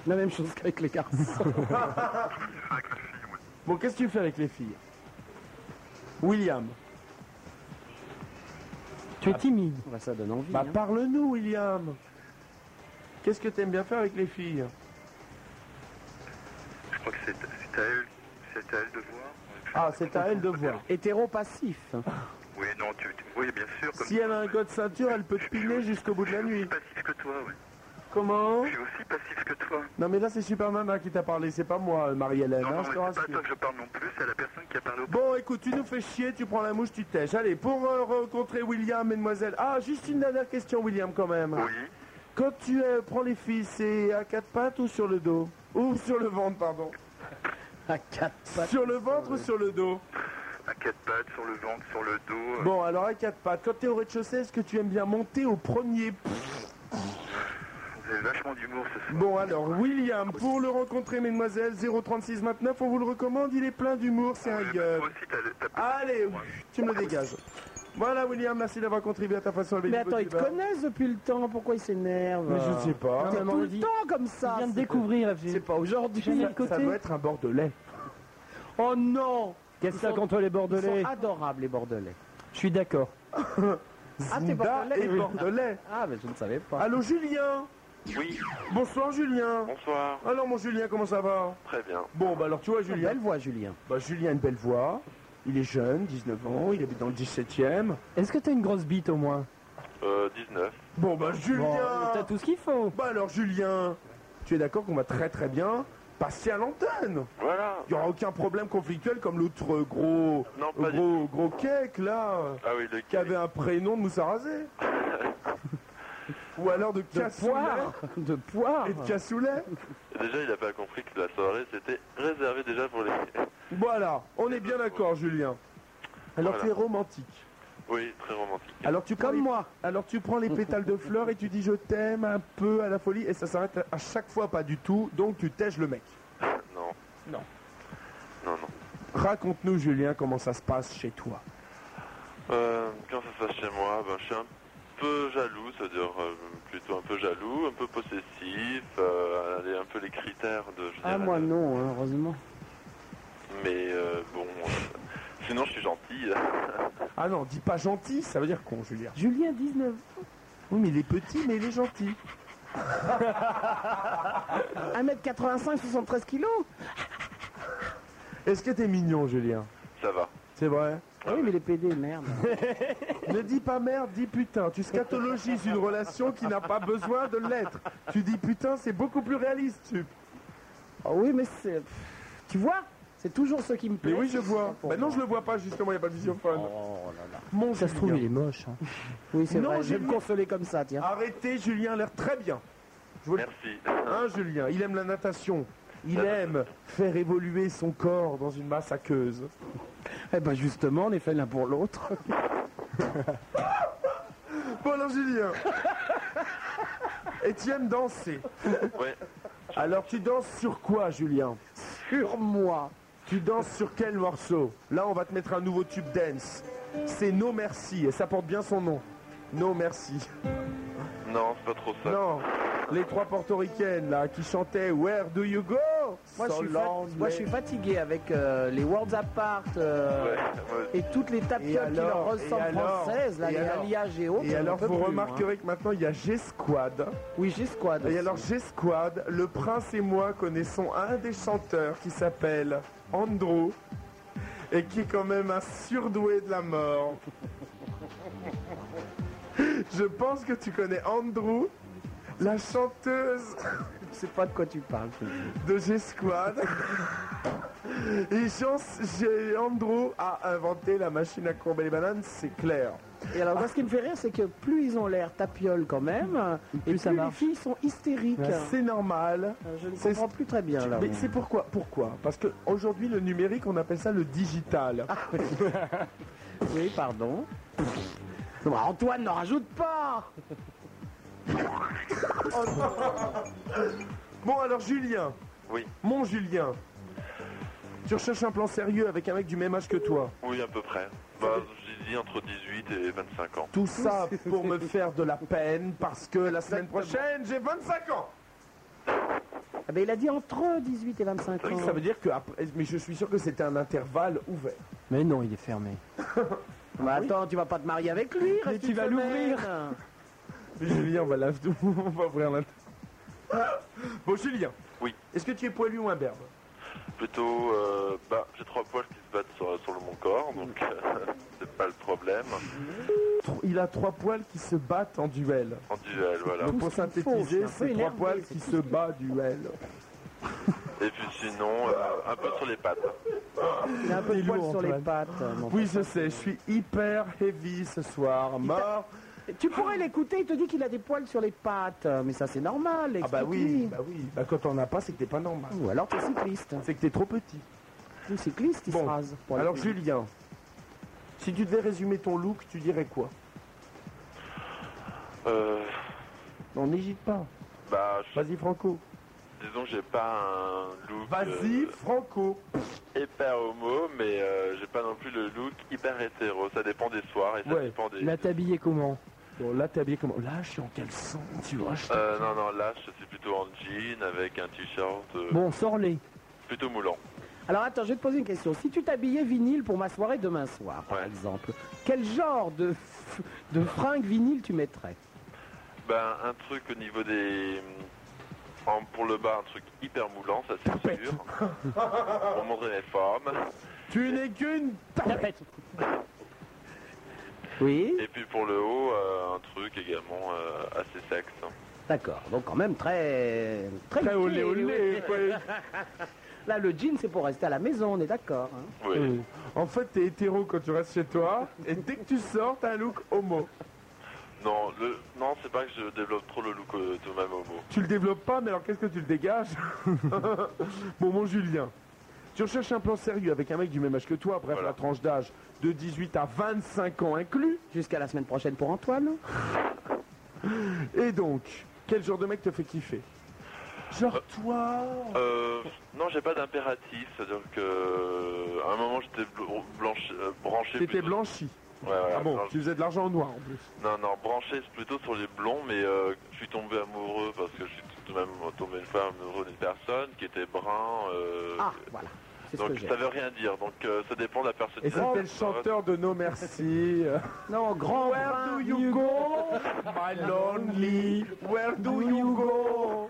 S2: La même chose qu'avec les garçons. [laughs]
S1: Bon, qu'est-ce que tu fais avec les filles William.
S3: Tu es timide.
S2: Ouais, ça donne envie.
S1: Bah
S2: hein.
S1: parle-nous, William. Qu'est-ce que t'aimes bien faire avec les filles
S11: Je crois que c'est c'est à elle, c'est à elle de voir.
S1: Ah, c'est à elle de voir.
S2: Hétéro passif.
S11: Oui, non, tu, tu- oui, bien sûr. Comme
S1: Si elle a un code ceinture, elle peut te piner jusqu'au bout de la
S11: Je suis
S1: nuit.
S11: aussi passif que toi, oui.
S1: Comment
S11: Je suis aussi passif que toi.
S1: Non, mais là, c'est Super Nana qui t'a parlé, c'est pas moi, euh, Marie-Hélène.
S11: Non,
S1: hein,
S11: non,
S1: je
S11: mais
S1: te
S11: c'est pas à
S1: rassure.
S11: toi que je parle non plus, c'est à la personne qui a parlé au
S1: Bon, écoute, tu nous fais chier, tu prends la mouche, tu tèches. Allez, pour euh, rencontrer William, mesdemoiselles. Ah, juste une dernière question, William, quand même.
S11: Oui.
S1: Quand tu euh, prends les filles, c'est à quatre pattes ou sur le dos Ou sur le ventre, pardon.
S2: À quatre pattes.
S1: Sur le ventre ou sur le dos
S11: À quatre pattes, sur le ventre, sur le dos. euh,
S1: Bon, alors à quatre pattes. Quand t'es au rez-de-chaussée, est-ce que tu aimes bien monter au premier
S11: Vous avez vachement d'humour ce soir.
S1: Bon alors, William, pour le rencontrer, mesdemoiselles, 03629, on vous le recommande, il est plein d'humour, c'est un
S11: Ouais,
S1: gueule.
S8: euh,
S11: Toi aussi, t'as- t'as-
S1: Allez, tu me le dégages. Voilà William, merci d'avoir contribué à ta façon avec
S2: Mais
S1: du
S2: attends, ils te
S1: Bodybar.
S2: connaissent depuis le temps, pourquoi ils s'énervent
S1: Bah. Mais je sais pas.
S2: T'es
S3: Non, mais
S2: tout
S3: on
S2: le
S3: dit-
S2: temps comme ça.
S3: Je viens de
S2: c'est-
S3: découvrir
S2: C'est
S3: FG.
S2: pas aujourd'hui.
S3: Je viens de
S1: Ça- Ça
S3: côté.
S1: doit être un bordelais.
S2: Oh non
S3: Qu'est-ce que
S2: Ils
S3: ça
S2: sont-
S3: contre les
S2: Ils
S3: Bordelais
S2: sont adorables les Bordelais.
S3: Je suis d'accord.
S2: Ah, t'es
S1: Zinda
S2: bordelais,
S1: est
S2: oui.
S1: bordelais.
S2: Ah, mais je ne savais pas.
S1: Allô Julien
S10: Oui,
S1: Bonsoir Julien.
S10: bonsoir,
S1: Alors mon Julien, comment ça va
S10: très bien.
S1: Bon, bah alors tu vois Julien,
S2: Belle voix, Julien.
S1: bah, Julien a une belle voix. Il est jeune, 19 ans, il habite dans le 17ème.
S3: Est-ce que t'as une grosse bite au moins
S10: Euh, 19.
S1: Bon, bah
S3: Bon,
S1: Julien
S3: T'as tout ce qu'il faut.
S1: Bah alors Julien, tu es d'accord qu'on va très très bien passer à l'antenne
S10: Voilà.
S1: Il n'y aura aucun problème conflictuel comme l'autre euh, gros
S10: Non, pas du
S1: gros gros cake là, euh,
S10: Ah oui, le
S1: qui avait un prénom de mousse à raser. Ou alors de
S2: De
S1: cassoulet
S2: poire De poire
S1: et de cassoulet.
S10: Déjà, il a pas compris que la soirée, c'était réservé déjà pour les... [laughs]
S1: Voilà, on est bien d'accord Julien. Alors
S10: Voilà.
S1: tu es romantique.
S10: Oui, très romantique.
S1: Alors tu, prends
S2: Comme
S1: les-
S2: moi
S1: alors tu prends les pétales de fleurs et tu dis je t'aime un peu à la folie et ça s'arrête à chaque fois pas du tout, donc tu tèges le mec.
S10: Non.
S1: Non.
S10: Non, non.
S1: Raconte-nous Julien comment ça se passe chez toi.
S10: Euh, quand ça se passe chez moi, ben, je suis un peu jaloux, c'est-à-dire euh, plutôt un peu jaloux, un peu possessif, euh, les- un peu les critères de... je
S2: Ah,
S10: dirais,
S2: moi
S10: de-
S2: non, hein, heureusement.
S10: Mais euh, bon, euh, sinon je suis gentil. [laughs]
S1: Ah non, dis pas gentil, ça veut dire con Julien.
S3: Julien 19.
S1: Oui mais il est petit mais il est gentil.
S2: 1m85, 73 kilos
S1: Est-ce que t'es mignon, Julien
S10: Ça va.
S1: C'est vrai.
S2: Ah oui, mais les PD, merde.
S1: Ne dis pas merde, dis putain. Tu scatologises une relation qui n'a pas besoin de l'être. Tu dis putain, c'est beaucoup plus réaliste, tu.
S2: Ah oui, mais c'est... pff, Tu vois C'est toujours ce qui me
S1: Mais
S2: plaît.
S1: oui, je vois.
S2: Pour
S1: Bah non,
S2: moi.
S1: je le vois pas, justement, il n'y a pas de visiophone.
S2: Oh là là.
S1: Mon
S3: Ça se trouve, il
S1: Julien.
S3: est moche. hein.
S2: [laughs] Oui, c'est
S1: Non, Ah.
S2: vrai, je vais
S1: Julien.
S2: me consoler comme ça, tiens.
S1: Arrêtez, Julien a l'air très bien.
S10: Merci.
S1: Hein, Julien Il aime la natation. Il
S10: La
S1: aime faire évoluer son corps dans une masse aqueuse.
S2: Eh ben justement, on est fait l'un pour l'autre.
S1: Bon alors, Julien Et tu aimes danser.
S10: Ouais.
S1: Alors, tu danses sur quoi, Julien
S2: Sur moi
S1: Tu danses sur quel morceau Là, on va te mettre un nouveau tube dance. C'est No Merci et ça porte bien son nom. No Merci.
S10: Non, c'est pas trop ça.
S1: Non, les trois portoricaines là qui chantaient Where do you go
S2: [laughs] Moi, je suis, fa-
S1: Solange,
S2: moi, je suis fatigué avec euh, les Worlds Apart euh,
S10: Ouais, moi,
S2: et toutes les
S1: Et
S2: tapioles qui
S1: alors,
S2: leur
S1: et
S2: ressemblent
S1: alors,
S2: françaises, là,
S1: et
S2: les
S1: alors,
S2: alliages et autres.
S1: Et
S2: j'en
S1: alors,
S2: peux
S1: vous
S2: plus,
S1: remarquerez que maintenant il y a G-Squad.
S2: hein. Oui, j'ai squad.
S1: Et
S2: aussi.
S1: alors, G-Squad, le prince et moi connaissons un des chanteurs qui s'appelle Andrew et qui est quand même un surdoué de la mort. Je pense que tu connais Andrew, la chanteuse
S2: je sais pas de quoi tu parles. je te dis.
S1: de G-Squad. Et chance, j'ai- Andrew a inventé la machine à courber les bananes, c'est clair.
S2: Et alors, moi, ce qui me fait rire, c'est que plus ils ont l'air tapioles quand même, et plus,
S3: plus ça
S2: les
S3: marche.
S2: filles sont hystériques.
S1: C'est normal.
S2: Euh, Je ne
S1: c'est-
S2: comprends plus très bien, là.
S1: Mais c'est pourquoi Pourquoi Parce qu'aujourd'hui, le numérique, on appelle ça le digital.
S2: Oui, pardon. Non, mais Antoine, n'en rajoute pas
S1: Bon, alors Julien.
S10: Oui.
S1: Mon Julien. Tu recherches un plan sérieux avec un mec du même âge que toi.
S10: Oui, à peu près. Bah, j'ai dit entre 18 et 25 ans.
S1: Tout ça pour me faire de la peine parce que la semaine prochaine, j'ai 25 ans.
S2: Ah ben, il a dit entre 18 et 25 ans.
S1: Oui, ça veut dire que après- mais je suis sûr que c'était un intervalle ouvert.
S3: Mais non, il est fermé.
S2: Bah, attends, tu vas pas te marier avec lui,
S3: Mais
S2: reste
S3: tu
S2: une
S3: vas
S2: semaine.
S3: l'ouvrir.
S1: Mais Julien, on va laver tout, [laughs] on va ouvrir l'inter- Bon, Julien.
S10: Oui.
S1: Est-ce que tu es poilu ou imberbe
S10: Plutôt, euh, bah, j'ai trois poils qui se battent sur, sur le- mon corps, donc [laughs] c'est pas le problème.
S1: Tro- Il a trois poils qui se battent en duel.
S10: En duel, voilà.
S1: Donc pour
S2: ce qu'il faut, je suis
S1: synthétiser,
S2: un peu
S1: c'est trois
S2: énervé,
S1: poils
S2: c'est
S1: qui
S2: tout
S1: se battent duel.
S10: Et puis sinon, euh, un peu sur les pattes.
S2: Il a un peu de
S1: T'es
S2: poil
S1: lourd,
S2: sur les
S1: Antoine.
S2: pattes. mon
S1: Oui, je sais, je suis hyper heavy ce soir, mort.
S2: pote. Tu pourrais l'écouter, il te dit qu'il a des poils sur les pattes. Mais ça, c'est normal.
S1: Ah bah oui,
S2: explique-lui.
S1: bah oui. Bah quand on n'a pas, c'est que t'es pas normal.
S2: Ou alors t'es cycliste.
S1: C'est que t'es trop petit.
S2: Ou cycliste, il
S1: Bon,
S2: se rase. pour
S1: Alors
S2: aller-
S1: Julien, si tu devais résumer ton look, tu dirais quoi
S10: Euh,
S1: Non, n'hésite pas.
S10: bah, je-
S1: Vas-y Franco.
S10: disons, j'ai pas un look
S1: Vas-y
S10: euh,
S1: Franco.
S10: hyper homo, mais euh, j'ai pas non plus le look hyper hétéro. Ça dépend des soirs et ça
S1: Ouais,
S10: dépend des.
S3: Là, t'es habillé comment
S1: Bon, là, t'es habillé comment Là, je suis en caleçon, tu vois. je-
S10: Euh, non, non, là, je suis plutôt en jean avec un t-shirt euh,
S3: Bon, sors-les.
S10: plutôt moulant.
S2: Alors attends, je vais te poser une question. Si tu t'habillais vinyle pour ma soirée demain soir, par
S10: Ouais.
S2: exemple, quel genre de, f- de fringue vinyle tu mettrais
S10: Ben, un truc au niveau des. en- pour le bas, un truc hyper moulant, ça
S1: [laughs]
S10: c'est sûr. pour montrer les formes.
S1: Tu n'es qu'une tapette.
S2: Oui
S10: Et puis pour le haut, euh, un truc également euh, assez sexe.
S2: D'accord. Donc quand même très... Très,
S1: Très olé
S2: looké,
S1: olé.
S2: ouais.
S1: ouais.
S2: Là, le jean, c'est pour rester à la maison, on est d'accord. hein.
S10: Oui.
S1: Euh, En fait, t'es hétéro quand tu restes chez toi, et dès que tu sors, t'as un look homo.
S10: Non, le... non c'est pas que je développe trop le look euh, de même homo.
S1: Tu le développes pas, mais alors qu'est-ce que tu le
S10: [laughs]
S1: dégages Bon, mon Julien, tu recherches un plan sérieux avec un mec du même âge que toi, bref,
S10: Voilà.
S1: la tranche d'âge de 18 à 25 ans inclus.
S2: Jusqu'à la semaine prochaine pour Antoine.
S1: Et donc, quel genre de mec te fait kiffer Genre toi
S10: Euh, non, j'ai pas d'impératif, c'est-à-dire que. à un moment, j'étais bl- blanche, euh, branché.
S1: T'étais
S10: plutôt-
S1: blanchi.
S10: Ouais, ouais,
S1: Ah bon,
S10: blanche-
S1: tu faisais de l'argent en noir en plus.
S10: Non, non, branché c'est plutôt sur les blonds, mais euh, je suis tombé amoureux parce que je suis tout de même tombé une fois amoureux d'une personne qui était brun. euh,
S2: Ah, voilà. C'est ce que
S10: donc
S2: j'ai.
S10: ça veut rien dire, donc euh, ça dépend de la personne.
S1: Et c'était le chanteur de No [laughs] Merci. euh,
S2: Non, grand
S1: Where do
S2: brun,
S1: you go My lonely. Where do you go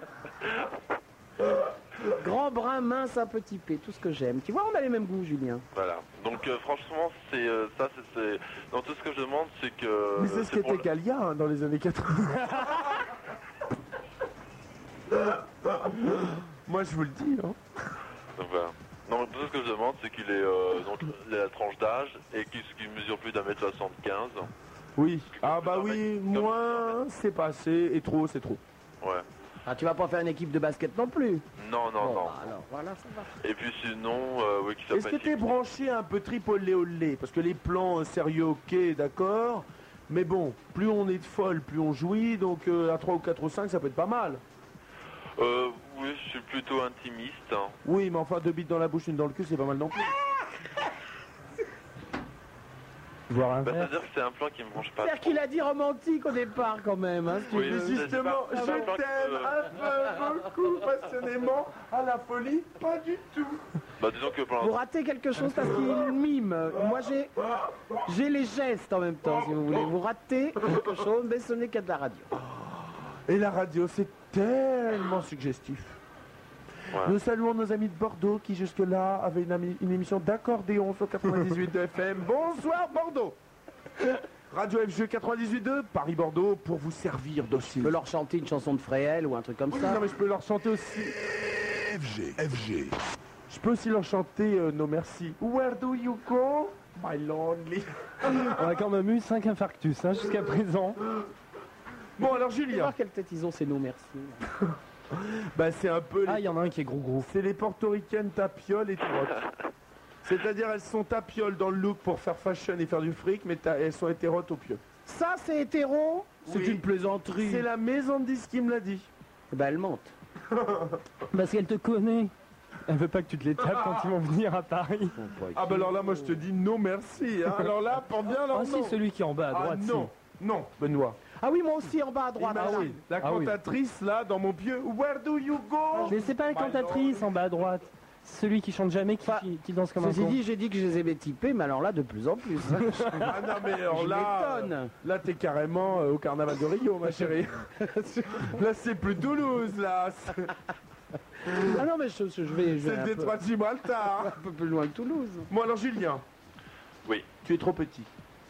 S2: grand brun, mince, un petit P, tout ce que j'aime. Tu vois, on a les mêmes goûts, Julien.
S10: Voilà. Donc euh, franchement, c'est euh, ça, c'est, c'est- Non, tout ce que je demande, c'est que.
S1: Mais c'est ce qu'était
S10: pour le-
S1: Galia hein, dans les années 80. [laughs] Moi je vous le dis. Hein.
S10: donc, voilà. Non, tout ce que je demande, c'est qu'il est euh, donc il est la tranche d'âge et qu'il, qu'il mesure plus d'un mètre 75.
S1: Oui. Ah bah oui, moins c'est passé et trop c'est trop.
S10: Ouais.
S2: Ah, tu vas pas faire une équipe de basket non plus.
S10: Non, non,
S2: Bon,
S10: non.
S2: bah, alors, voilà, ça va.
S10: Et puis sinon, euh, oui, qu'il
S1: Est-ce que
S10: s'appelle-
S1: t'es branché un peu tripolé au lait Parce que les plans euh, sérieux ok d'accord. Mais bon, plus on est de folle, plus on jouit, donc euh, à 3 ou 4 ou 5 ça peut être pas mal.
S10: Euh, oui, je suis plutôt intimiste. hein.
S1: Oui mais enfin deux bites dans la bouche, une dans le cul, c'est pas mal non plus.
S3: Voir un
S10: Bah,
S3: verre.
S10: c'est-à-dire que c'est un plan qui me branche pas.
S2: C'est-à-dire qu'il a dit romantique au départ quand même. hein, si tu
S10: Oui,
S2: veux.
S1: Mais justement,
S10: je
S1: je
S10: sais pas. Ah,
S1: t'aime un peu beaucoup passionnément, à la folie, pas du tout.
S10: Bah, disons que pour
S2: Vous
S10: l'instant,
S2: ratez quelque chose parce qu'il mime. Moi j'ai j'ai les gestes en même temps si vous voulez. Vous ratez quelque chose, mais ce n'est qu'à de la radio.
S1: Et la radio, c'est tellement suggestif.
S10: Ouais.
S1: Nous saluons nos amis de Bordeaux qui jusque-là avaient une, ami- une émission d'accordéon sur 98 de FM. Bonsoir Bordeaux Radio FG 98.2, Paris-Bordeaux, pour vous servir
S2: Je
S1: dossier.
S2: peux leur chanter une chanson de Fréhel ou un truc comme ça.
S1: Non mais je peux leur chanter aussi.
S8: FG, FG,
S1: Je peux aussi leur chanter euh, nos merci. Where do you go My lonely.
S3: On a quand même eu 5 infarctus hein, jusqu'à présent.
S1: Bon alors
S2: Tu vas
S1: Julien,
S2: voir quelle tête ils ont, c'est nous, merci.
S1: bah, c'est un peu les
S3: Ah, il y en a un qui est gros gros.
S1: C'est les portoricaines tapioles et trottes. [laughs] C'est-à-dire elles sont tapioles dans le look pour faire fashion et faire du fric, mais ta- elles sont hétérotes au pieu.
S2: Ça c'est hétéro C'est
S1: Oui.
S2: une plaisanterie.
S1: C'est la maison de disques qui me l'a dit.
S2: Bah elle monte.
S3: Parce qu'elle te connaît. Elle veut pas que tu te les tapes quand ils vont venir à Paris.
S1: Ah bah alors là moi je [laughs] te dis non merci. hein. Alors là, pour bien leur
S3: Ah si,
S1: nom.
S3: celui qui est en bas à
S1: Ah
S3: droite. si. Ah,
S1: non, non Benoît.
S2: Ah oui, bah moi aussi, en bas à droite. Ah,
S1: Imagine, la cantatrice là dans mon pieu. Where do you go
S3: Mais c'est pas la cantatrice en bas à droite. Celui qui chante jamais, qui, qui- qui danse comme un
S2: Ceci
S3: con.
S2: dit, j'ai dit que je les aimais typés, mais alors là, de plus en [laughs] plus.
S1: Ah non mais alors
S2: Je
S1: là,
S2: m'étonne.
S1: euh, là t'es carrément euh, au carnaval de Rio ma
S3: [laughs]
S1: chérie. là c'est plus Toulouse là. c'est-
S2: Ah non, mais je, je vais. je vais
S1: C'est
S2: un
S1: le
S2: peu-
S1: détroit de [laughs] Gibraltar.
S2: Un peu plus loin que Toulouse.
S1: Bon hein. alors Julien.
S10: Oui.
S1: Tu es trop petit.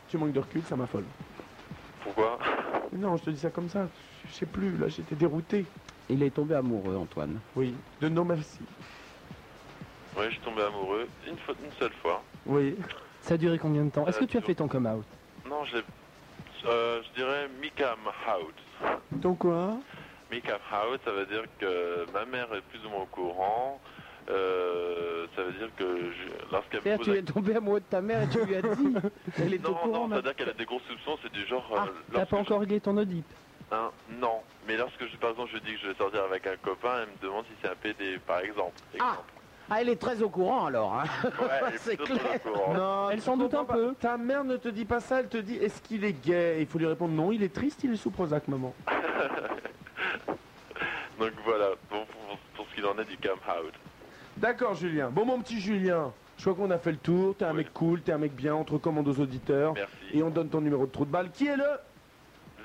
S1: Tu manques de recul, ça m'affole.
S10: Pourquoi
S1: Non, je te dis ça comme ça. Je sais plus, là j'étais dérouté.
S2: Il est tombé amoureux, Antoine.
S1: Oui. De nos merci.
S10: Oui, je suis tombé amoureux une, fois, une seule fois.
S1: Oui.
S3: Ça a duré combien de temps Est-ce que tu as fait ton come out
S10: Non, je l'ai. euh, je dirais Mika Out.
S1: Donc quoi
S10: Mika Out, ça veut dire que ma mère est plus ou moins au courant. Euh, ça veut dire que je- lorsqu'elle me
S2: Pierre,
S10: pose
S2: tu es tombé amoureux de ta mère et tu lui as dit. Elle est au
S10: Non,
S2: courant.
S10: non, ça veut
S2: maintenant.
S10: dire qu'elle a des gros soupçons, c'est du genre. euh,
S3: T'as
S10: lorsque
S3: pas encore réglé ton Oedipe
S10: je- hein, non, mais lorsque je, par exemple je dis que je vais sortir avec un copain, elle me demande si c'est un PD, par exemple.
S2: Ah, ah, elle est très au courant alors. hein.
S10: Ouais, elle est
S2: C'est
S10: plutôt très au
S2: clair.
S10: courant.
S1: Non,
S3: Elle
S1: Ah, tu
S3: s'en doute
S1: comprends
S3: un
S1: pas.
S3: peu.
S1: Ta mère ne te dit pas ça, elle te dit est-ce qu'il est gay Et Il faut lui répondre non, il est triste, il est sous Prozac maman.
S10: Donc voilà, bon, pour, pour ce qu'il en est du Cam Out.
S1: D'accord Julien. Bon mon petit Julien, je crois qu'on a fait le tour, t'es un
S10: Oui.
S1: mec cool, t'es un mec bien, on te recommande aux auditeurs.
S10: Merci.
S1: Et on donne ton numéro de trou de balle. Qui est le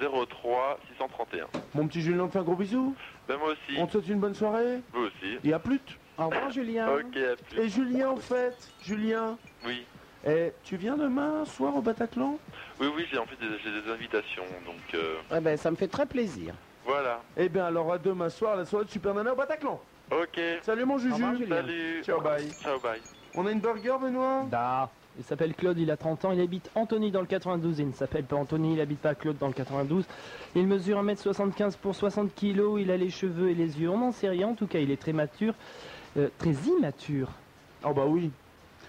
S10: 03 631.
S1: Mon petit Julien, on te fait un gros bisou.
S10: Ben moi aussi,
S1: On te souhaite une bonne soirée.
S10: vous aussi.
S1: Et à plus. t-
S2: Au revoir, Julien.
S10: Ok, à plus.
S1: Et Julien en fait, Julien,
S10: Oui,
S1: eh, tu viens demain soir au Bataclan
S10: oui, oui, j'ai en fait des, j'ai des invitations, donc euh,
S2: Eh ben, ça me fait très plaisir.
S10: voilà.
S1: Eh bien alors à demain soir, la soirée de Super Nana au Bataclan.
S10: Ok,
S1: Salut mon Juju.
S2: revoir, Julien.
S10: salut.
S1: Ciao, bye.
S10: Ciao, bye.
S1: On a une burger Benoît
S3: Bah, il s'appelle Claude, il a 30 ans, il habite Anthony dans le 92, il ne s'appelle pas Anthony, il habite pas Claude dans le 92. Il mesure 1m75 pour 60 kg, il a les cheveux et les yeux, on n'en sait rien, en tout cas il est très mature, euh, très immature.
S1: Oh bah oui.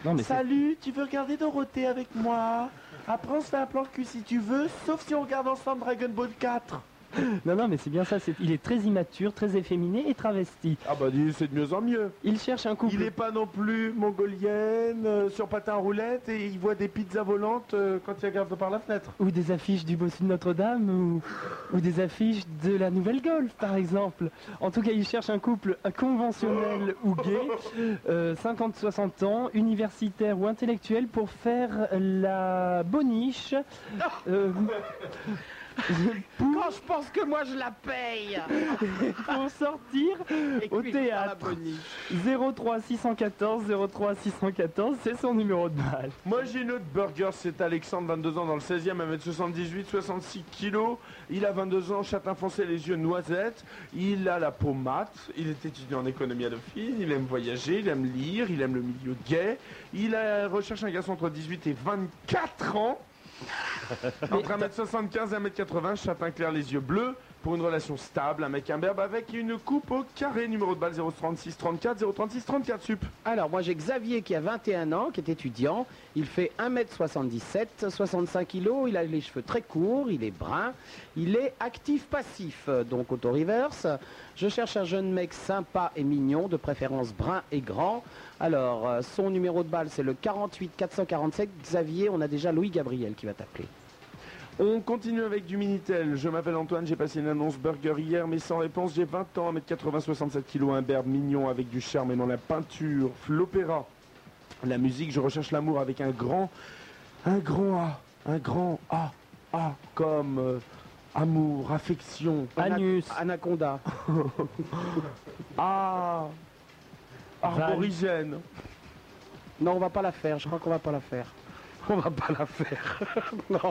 S3: Non mais c'est-
S1: Salut, tu veux regarder Dorothée avec moi Après on se fait un plan cul si tu veux, sauf si on regarde ensemble Dragon Ball 4.
S3: non, non, mais c'est bien ça, c'est- il est très immature, très efféminé et travesti.
S1: Ah bah dis, c'est de mieux en mieux.
S3: Il cherche un couple.
S1: Il n'est pas non plus mongolienne, euh, sur patin à roulette, et il voit des pizzas volantes euh, quand il regarde par la fenêtre.
S3: Ou des affiches du bossu de Notre-Dame, ou, ou des affiches de la Nouvelle Golfe, par exemple. En tout cas, il cherche un couple conventionnel ou gay, euh, 50-60 ans, universitaire ou intellectuel, pour faire la boniche. euh,
S2: Quand je pense que moi je la paye.
S3: pour sortir
S2: Et
S3: au
S2: puis, dans la
S3: théâtre.
S2: boniche.
S3: 03 614 03 614, c'est son numéro de balle.
S1: Moi j'ai une autre burger, c'est Alexandre, 22 ans, dans le 16e, 1m78, 66 kilos. Il a 22 ans, châtain foncé, les yeux noisettes. Il a la peau mate. Il est étudiant en économie à Dauphine. Il aime voyager, il aime lire, il aime le milieu gay. Il a- euh, recherche un garçon entre 18 et 24 ans. Entre 1m75 et 1m80, châtain clair, les yeux bleus. Pour une relation stable, un mec imberbe avec une coupe au carré. Numéro de balle 036 34 036 34 sup.
S2: Alors, moi j'ai Xavier qui a 21 ans, qui est étudiant. Il fait 1m77, 65 kg, il a les cheveux très courts, il est brun, il est actif-passif, euh, donc auto-reverse. Je cherche un jeune mec sympa et mignon, de préférence brun et grand. Alors, euh, son numéro de balle c'est le 48 447. Xavier, on a déjà Louis Gabriel qui va t'appeler.
S1: On continue avec du Minitel. Je m'appelle Antoine, j'ai passé une annonce burger hier, mais sans réponse. J'ai 20 ans, 1m80, 67 kg, un berbe mignon avec du charme et dans la peinture, l'opéra, la musique. Je recherche l'amour avec un grand, un grand A, un grand A, A comme euh, amour, affection,
S2: Ana-
S3: Anus.
S2: Anaconda.
S1: A, arborigène.
S2: Non, on va pas la faire, je crois qu'on va pas la faire. [laughs] On va pas la faire. [laughs] non.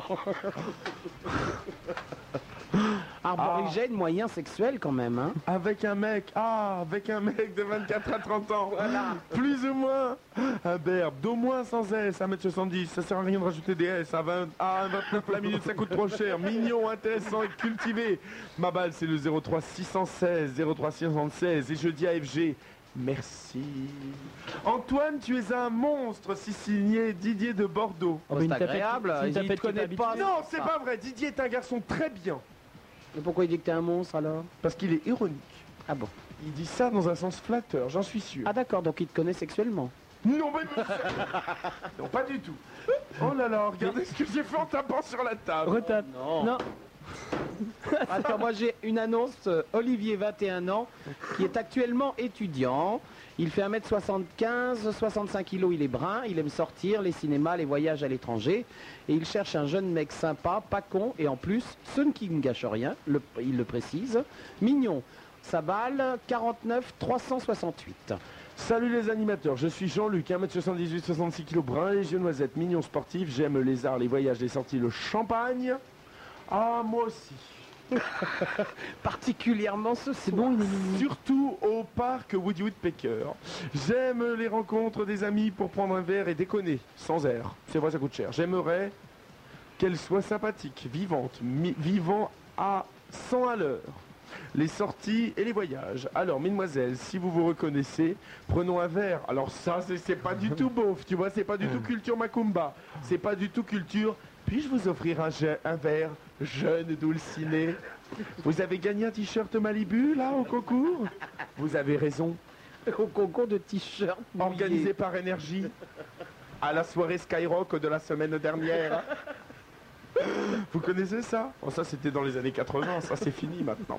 S2: Arborigène, moyen sexuel quand même, hein.
S1: Avec un mec, ah, avec un mec de 24 à 30 ans, plus ou moins, un berbe, d'au moins sans S, 1m70, ça sert à rien de rajouter des S, à 20, à 29 la minute, ça coûte trop cher, mignon, intéressant et cultivé. Ma balle, c'est le 03 616, 03 616, et je dis à FG, merci. Antoine, tu es un monstre, si signé Didier de Bordeaux.
S3: Oh, bah, il
S2: c'est
S3: me tape-
S2: agréable,
S3: il me
S2: il
S3: tape-
S2: te
S3: il
S2: connaît
S3: tape-
S2: pas. Ah,
S1: non,
S2: c'est
S1: c'est
S2: ça.
S1: pas vrai, Didier est un garçon très bien,
S2: Mais pourquoi il dit que t'es un monstre alors
S1: parce qu'il est ironique.
S2: Ah bon
S1: Il dit ça dans un sens flatteur, j'en suis sûr.
S2: Ah d'accord, donc il te connaît sexuellement.
S1: Non, mais... non, pas du tout. Oh là là, regardez ce que j'ai fait en tapant sur la table.
S3: Retape.
S2: Non.
S3: Non.
S2: [laughs] Attends, moi j'ai une annonce. euh, Olivier, 21 ans, qui est actuellement étudiant. Il fait 1m75, 65 kg, il est brun, il aime sortir, les cinémas, les voyages à l'étranger. Et il cherche un jeune mec sympa, pas con, et en plus, ce qui ne gâche rien, le- il le précise, mignon. Sa balle, 49 368.
S1: Salut les animateurs, je suis Jean-Luc, 1m78, 66 kg, brun, les yeux noisettes, mignon sportif, j'aime les arts, les voyages, les sorties, le champagne. Ah, moi aussi.
S2: Particulièrement ce c'est
S1: bon Surtout au parc Woody Woodpecker. J'aime les rencontres des amis pour prendre un verre et déconner, sans air. C'est vrai, ça coûte cher. J'aimerais qu'elle soit sympathique, vivante, mi- vivant à 100 à l'heure. Les sorties et les voyages. Alors, mesdemoiselles, si vous vous reconnaissez, prenons un verre. Alors ça, c'est- c'est pas du tout beauf, tu vois, c'est pas du tout culture Macumba. C'est pas du tout culture. Puis-je vous offrir un, je- un verre, jeune Dulciné Vous avez gagné un t-shirt Malibu, là, au concours Vous avez raison.
S2: [laughs] Au concours de t-shirt
S1: Mmh. Organisé par Énergie à la soirée Skyrock de la semaine dernière. [laughs] Vous connaissez ça Oh, Ça, c'était dans les années 80, ça, c'est fini maintenant.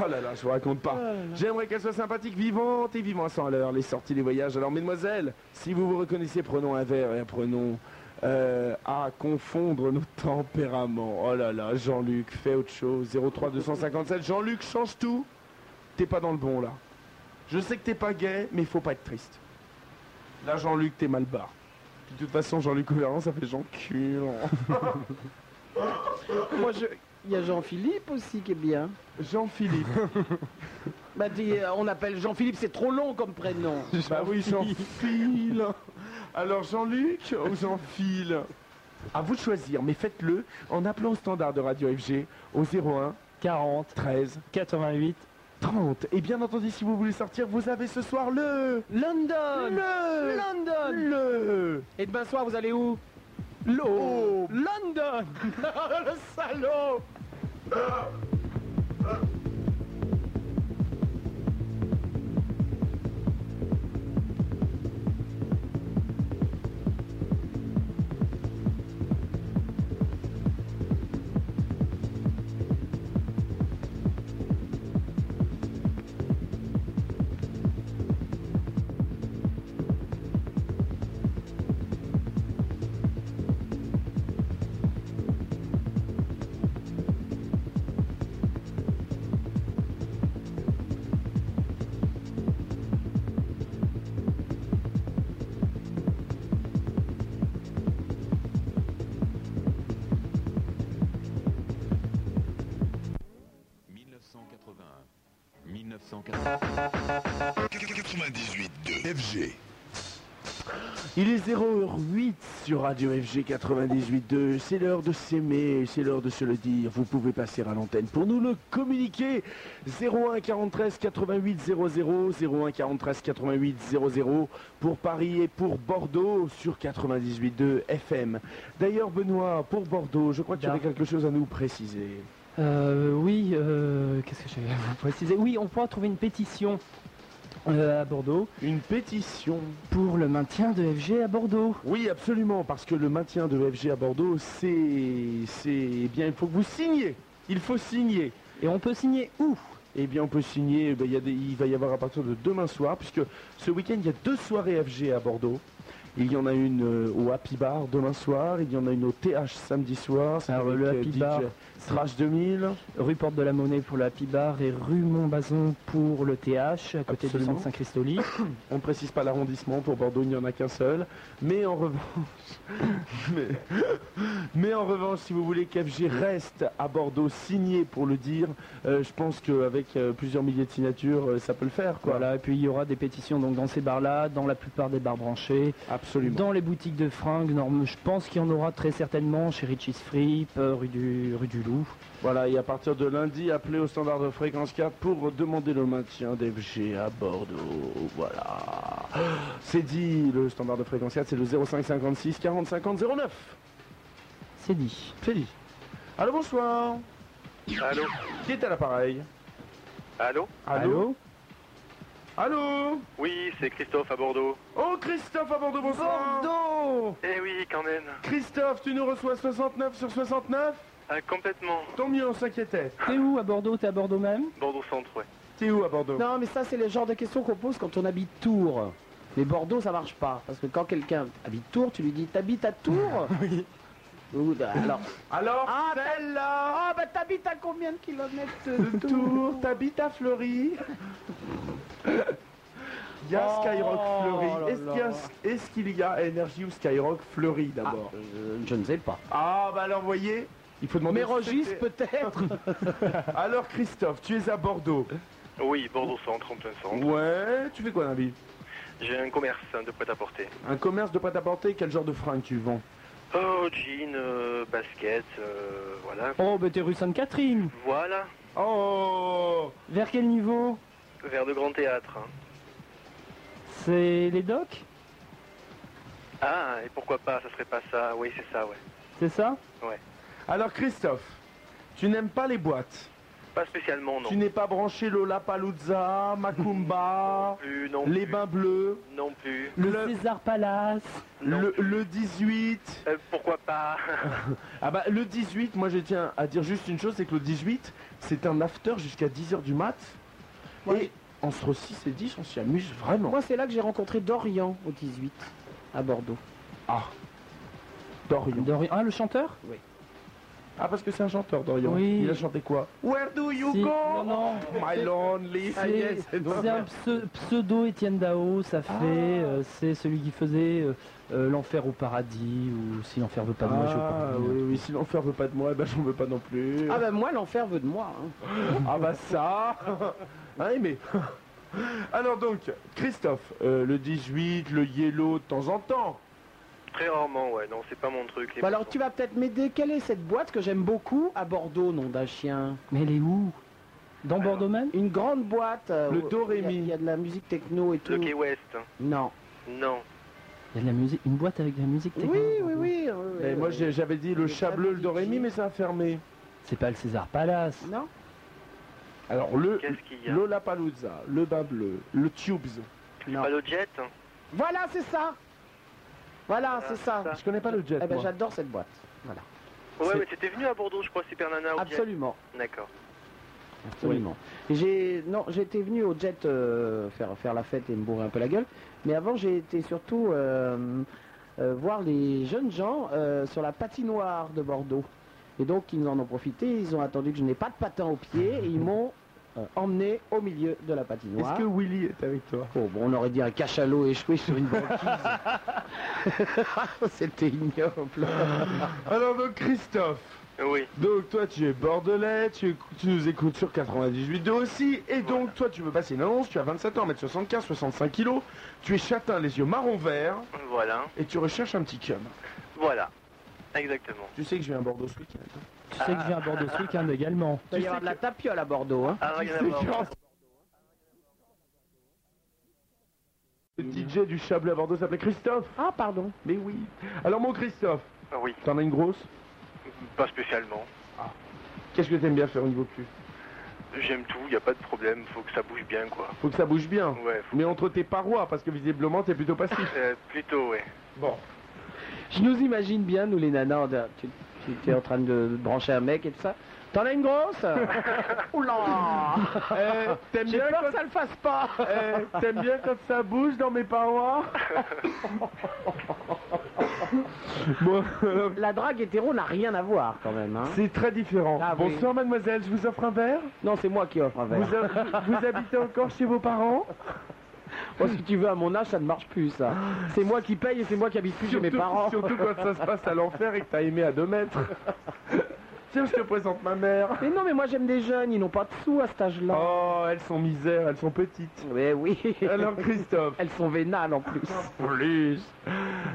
S1: Oh là là, je vous raconte pas. J'aimerais qu'elle soit sympathique, vivante et vivant sans l'heure, les sorties, les voyages. Alors, mesdemoiselles, si vous vous reconnaissez, prenons un verre et apprenons euh, à confondre nos tempéraments. Oh là là, Jean-Luc, fais autre chose. 03 257, Jean-Luc, change tout. T'es pas dans le bon, là. Je sais que t'es pas gay, mais faut pas être triste. Là, Jean-Luc, t'es mal barre. Puis, de toute façon, Jean-Luc Ouverlan, ça fait Jean-Culant.
S2: Moi, je- il y a Jean-Philippe aussi qui est bien. [laughs]
S1: Jean-Philippe.
S2: bah, dis, euh, on appelle Jean-Philippe, c'est trop long comme prénom.
S1: bah oui, Jean-Phil. Alors, Jean-Luc ou Jean-Phil À vous de choisir, mais faites-le en appelant au standard de Radio FG au 01 40 13 88 30. Et bien entendu, si vous voulez sortir, vous avez ce soir le...
S2: London
S1: Le
S2: London
S1: Le
S2: Et demain soir, vous allez où L'eau London [laughs] Le salaud
S8: FG.
S1: Il est 0h08 sur Radio FG 98.2. C'est l'heure de s'aimer, c'est l'heure de se le dire. Vous pouvez passer à l'antenne pour nous le communiquer. 01 43 88 00, 01 43 88 00 pour Paris et pour Bordeaux sur 98.2 FM. D'ailleurs, Benoît, pour Bordeaux, je crois que tu
S3: Da.
S1: avais quelque chose à nous préciser.
S3: Euh, oui, euh, qu'est-ce que j'avais à vous préciser Oui, on pourra trouver une pétition euh, à Bordeaux.
S1: Une pétition
S3: Pour le maintien de FG à Bordeaux.
S1: Oui, absolument, parce que le maintien de FG à Bordeaux, c'est... c'est... eh bien, il faut que vous signiez Il faut signer
S3: Et on peut signer où
S1: Eh bien, on peut signer, eh ben, il y a des- il va y avoir à partir de demain soir, puisque ce week-end, il y a deux soirées FG à Bordeaux. Il y en a une euh, au Happy Bar demain soir, il y en a une au TH samedi soir, c'est
S3: Alors,
S1: avec,
S3: le
S1: euh,
S3: Happy
S1: DJ
S3: Bar,
S1: Trash 2000.
S3: Rue Porte de la Monnaie pour le Happy Bar et rue Montbazon pour le TH, à côté
S1: Absolument.
S3: du centre Saint-Christoli.
S1: On ne précise pas l'arrondissement, pour Bordeaux, il n'y en a qu'un seul. Mais en revanche, [laughs] mais, mais en revanche, si vous voulez qu'FG reste à Bordeaux, signé pour le dire, euh, je pense qu'avec euh, plusieurs milliers de signatures, euh, ça peut le faire. Quoi.
S3: Voilà, et puis il y aura des pétitions donc dans ces bars-là, dans la plupart des bars branchés,
S1: Absolument.
S3: dans les boutiques de fringues. norm- je pense qu'il y en aura très certainement chez Richie's Fripp, euh, rue du, rue du Loup.
S1: Voilà, et à partir de lundi, appelez au standard de fréquence 4 pour demander le maintien d'FG à Bordeaux. Voilà. C'est dit, le standard de fréquence 4, c'est le 05 56 40 50 09.
S3: C'est dit.
S1: C'est dit. Allô, bonsoir.
S11: Allô
S1: Qui est à l'appareil
S11: Allô
S1: Allô Allô
S11: Oui, c'est Christophe à Bordeaux.
S1: Oh, Christophe à Bordeaux, bonsoir
S11: Eh oui, quand même.
S1: Christophe, tu nous reçois 69 sur 69
S11: Ah, complètement.
S1: Tant mieux, on s'inquiétait.
S3: T'es où à Bordeaux T'es à Bordeaux même
S11: Bordeaux Centre, ouais.
S1: T'es où à Bordeaux
S2: Non, mais ça, c'est le genre de questions qu'on pose quand on habite Tours. Mais Bordeaux, ça marche pas. Parce que quand quelqu'un habite Tours, tu lui dis T'habites à
S3: [laughs]
S2: Tours
S1: Oui.
S2: Ou, euh, Alors.
S1: Alors,
S2: Ah, t'as-
S1: celle-là
S2: Ah, bah t'habites à combien de kilomètres
S1: de Tours, t'habites à Fleury. Il y a
S2: Oh
S1: Skyrock
S2: là
S1: Fleury. Est-ce
S2: là.
S1: qu'il y a, est-ce qu'il y a Energy ou Skyrock Fleury
S2: Ah,
S1: d'abord
S2: euh, je ne sais pas.
S1: ah. bah alors, vous voyez, il faut demander.
S2: Mais
S1: si
S2: Rogis,
S1: c'était-
S2: peut-être
S1: Alors, Christophe, tu es à Bordeaux.
S11: Oui, Bordeaux Centre, en plein centre.
S1: Ouais, tu fais quoi dans la vie
S11: J'ai un commerce hein, de prêt-à-porter.
S1: Un commerce de prêt-à-porter, quel genre de fringues tu vends
S11: Oh, jean, euh, basket, euh, voilà.
S3: [laughs] Oh, bah t'es rue Sainte-Catherine.
S11: Voilà,
S1: Oh
S3: Vers quel niveau
S11: vers de grand théâtre. hein.
S3: C'est les docks
S11: Ah, et pourquoi pas, ça serait pas ça. Oui, c'est ça, ouais.
S3: C'est ça
S1: Alors, Christophe, tu n'aimes pas les boîtes
S11: Pas spécialement, non.
S1: Tu n'es pas branché Lola Paluzza, Macumba,
S11: plus, [laughs] non
S1: les
S11: plus,
S1: bains bleus,
S11: non plus.
S3: Le,
S1: Le-
S3: César Palace.
S11: Non
S1: le,
S11: plus.
S1: le 18.
S11: Euh, pourquoi pas [laughs]
S1: Ah bah le 18, moi je tiens à dire juste une chose, c'est que le 18, c'est un after jusqu'à 10h du mat.
S2: Ouais.
S1: Et entre 6 et 10, on s'y amuse vraiment.
S2: Moi, c'est là que j'ai rencontré Dorian au 18, à Bordeaux.
S1: Ah, Dorian.
S3: Dorian- Ah, le chanteur
S1: Ah parce que c'est un chanteur, Dorian.
S3: Oui.
S1: Il a chanté quoi Where do you
S3: Si.
S1: go
S3: Non, non.
S1: My lonely. Ah, yes,
S3: C'est c'est un pse- pseudo Étienne Dao, ça fait, euh, c'est celui qui faisait euh, euh, l'enfer au paradis ou si l'enfer veut pas de moi, je veux
S1: Ah,
S3: pas.
S1: oui, oui, si l'enfer veut pas de moi, eh ben j'en veux pas non plus.
S2: Ah, bah moi, l'enfer veut de moi. hein.
S1: Ah bah ça [laughs] Hein mais [laughs] Alors donc, Christophe, euh, le 18, le yellow de temps en temps.
S11: Très rarement, ouais. Non, c'est pas mon truc. les
S2: Bah alors
S11: boutons.
S2: tu vas peut-être m'aider, quelle est cette boîte que j'aime beaucoup à Bordeaux, nom d'un chien
S3: Mais elle est où Dans
S11: Alors,
S3: Bordeaux même
S2: Une grande boîte. euh,
S1: Le
S2: où-
S1: Do, Ré,
S2: il y a-
S1: Mi.
S2: Il y a de la musique techno et tout.
S11: Le Key West. hein.
S2: Non.
S11: Non.
S3: Il y a de la musique, une boîte avec de la musique
S2: Oui,
S3: techno.
S2: oui, oui. euh,
S1: Mais
S2: euh,
S1: moi j'ai- j'avais dit le
S2: le
S1: chat bleu, le
S2: Chablis
S1: dorémi,
S2: Jean.
S1: mais c'est fermé.
S3: C'est pas le César Palace.
S2: Non
S1: Alors le
S11: Qu'est-ce qu'il y a
S1: Lola Paluzza, le bain bleu, le Tubes.
S2: Non.
S11: Pas le jet hein
S2: Voilà, c'est ça Voilà,
S11: Voilà,
S2: c'est ça.
S11: c'est ça.
S1: Je connais pas le jet.
S2: Eh ben
S1: moi.
S2: j'adore cette boîte. Voilà.
S11: Ouais,
S2: C'est-
S11: mais t'étais venu à Bordeaux, je crois, Super Nana. au jet.
S2: Absolument.
S11: D'accord.
S2: Absolument. J'ai non, j'étais venu au jet euh, faire faire la fête et me bourrer un peu la gueule, mais avant j'ai été surtout euh, euh, voir les jeunes gens euh, sur la patinoire de Bordeaux. Et donc ils en ont profité, ils ont attendu que je n'ai pas de patin aux pieds et ils m'ont euh, emmené au milieu de la patinoire.
S1: Est-ce que Willy est avec toi
S2: Oh, bon, on aurait dit un cachalot échoué sur une [laughs] banquise. C'était ignoble.
S1: Alors donc Christophe,
S11: Oui,
S1: donc toi tu es bordelais, tu, éc- tu nous écoutes sur 98 2 aussi, et donc toi tu veux passer une annonce, tu as 27 ans, 1m75, 65 kg, tu es châtain, les yeux marron vert,
S11: voilà.
S1: et tu recherches un petit cum.
S11: Voilà. Exactement.
S1: Tu sais que je vais à Bordeaux ce week-end. hein.
S3: Tu sais que j'ai un Bordeaux ce week-end également.
S2: Il doit y avoir de la tapiole à Bordeaux. Hein.
S11: Ah, rien à voir.
S1: Le DJ du Chablais à Bordeaux s'appelait Christophe
S2: Ah pardon.
S1: Mais oui Alors mon Christophe,
S11: Ah Oui,
S1: t'en as une grosse
S11: pas spécialement.
S1: Qu'est-ce que t'aimes bien faire au niveau cul
S11: J'aime tout, y a pas de problème, faut que ça bouge bien, quoi.
S1: Faut que ça bouge bien.
S11: Ouais, faut-
S1: Mais entre tes parois, parce que visiblement t'es plutôt passif.
S11: euh, plutôt, ouais.
S1: Bon.
S2: Je nous imagine bien, nous les nanas, de- tu, tu- tu es en train de brancher un mec et tout ça. T'en as une grosse [laughs] Oula
S1: Eh, t'aimes
S2: J'ai
S1: bien,
S2: peur que
S1: quand...
S2: ça le fasse pas
S1: eh, t'aimes bien quand ça bouge dans mes
S2: [laughs]
S1: parois Bon, alors,
S2: La drague hétéro n'a rien à voir quand même. Hein.
S1: c'est très différent.
S2: Ah oui.
S1: Bonsoir mademoiselle, je vous offre un verre,
S2: Non, c'est moi qui offre un verre.
S1: Vous ha- vous habitez encore chez vos parents
S2: Moi, si tu veux, à mon âge, ça ne marche plus ça. C'est moi qui paye et c'est moi qui habite plus chez mes
S1: Surtout-
S2: parents.
S1: Surtout quand ça se passe à l'enfer et que t'as aimé à deux
S2: [laughs]
S1: mètres. Tiens, je te présente ma mère.
S2: Mais non, mais moi j'aime des jeunes, ils n'ont pas de sous à cet âge-là.
S1: Oh, elles sont misères, elles sont petites.
S2: Mais Oh. Eh oui,
S11: [laughs]
S1: Alors Christophe.
S2: [laughs] elles sont vénales en plus.
S1: Plus.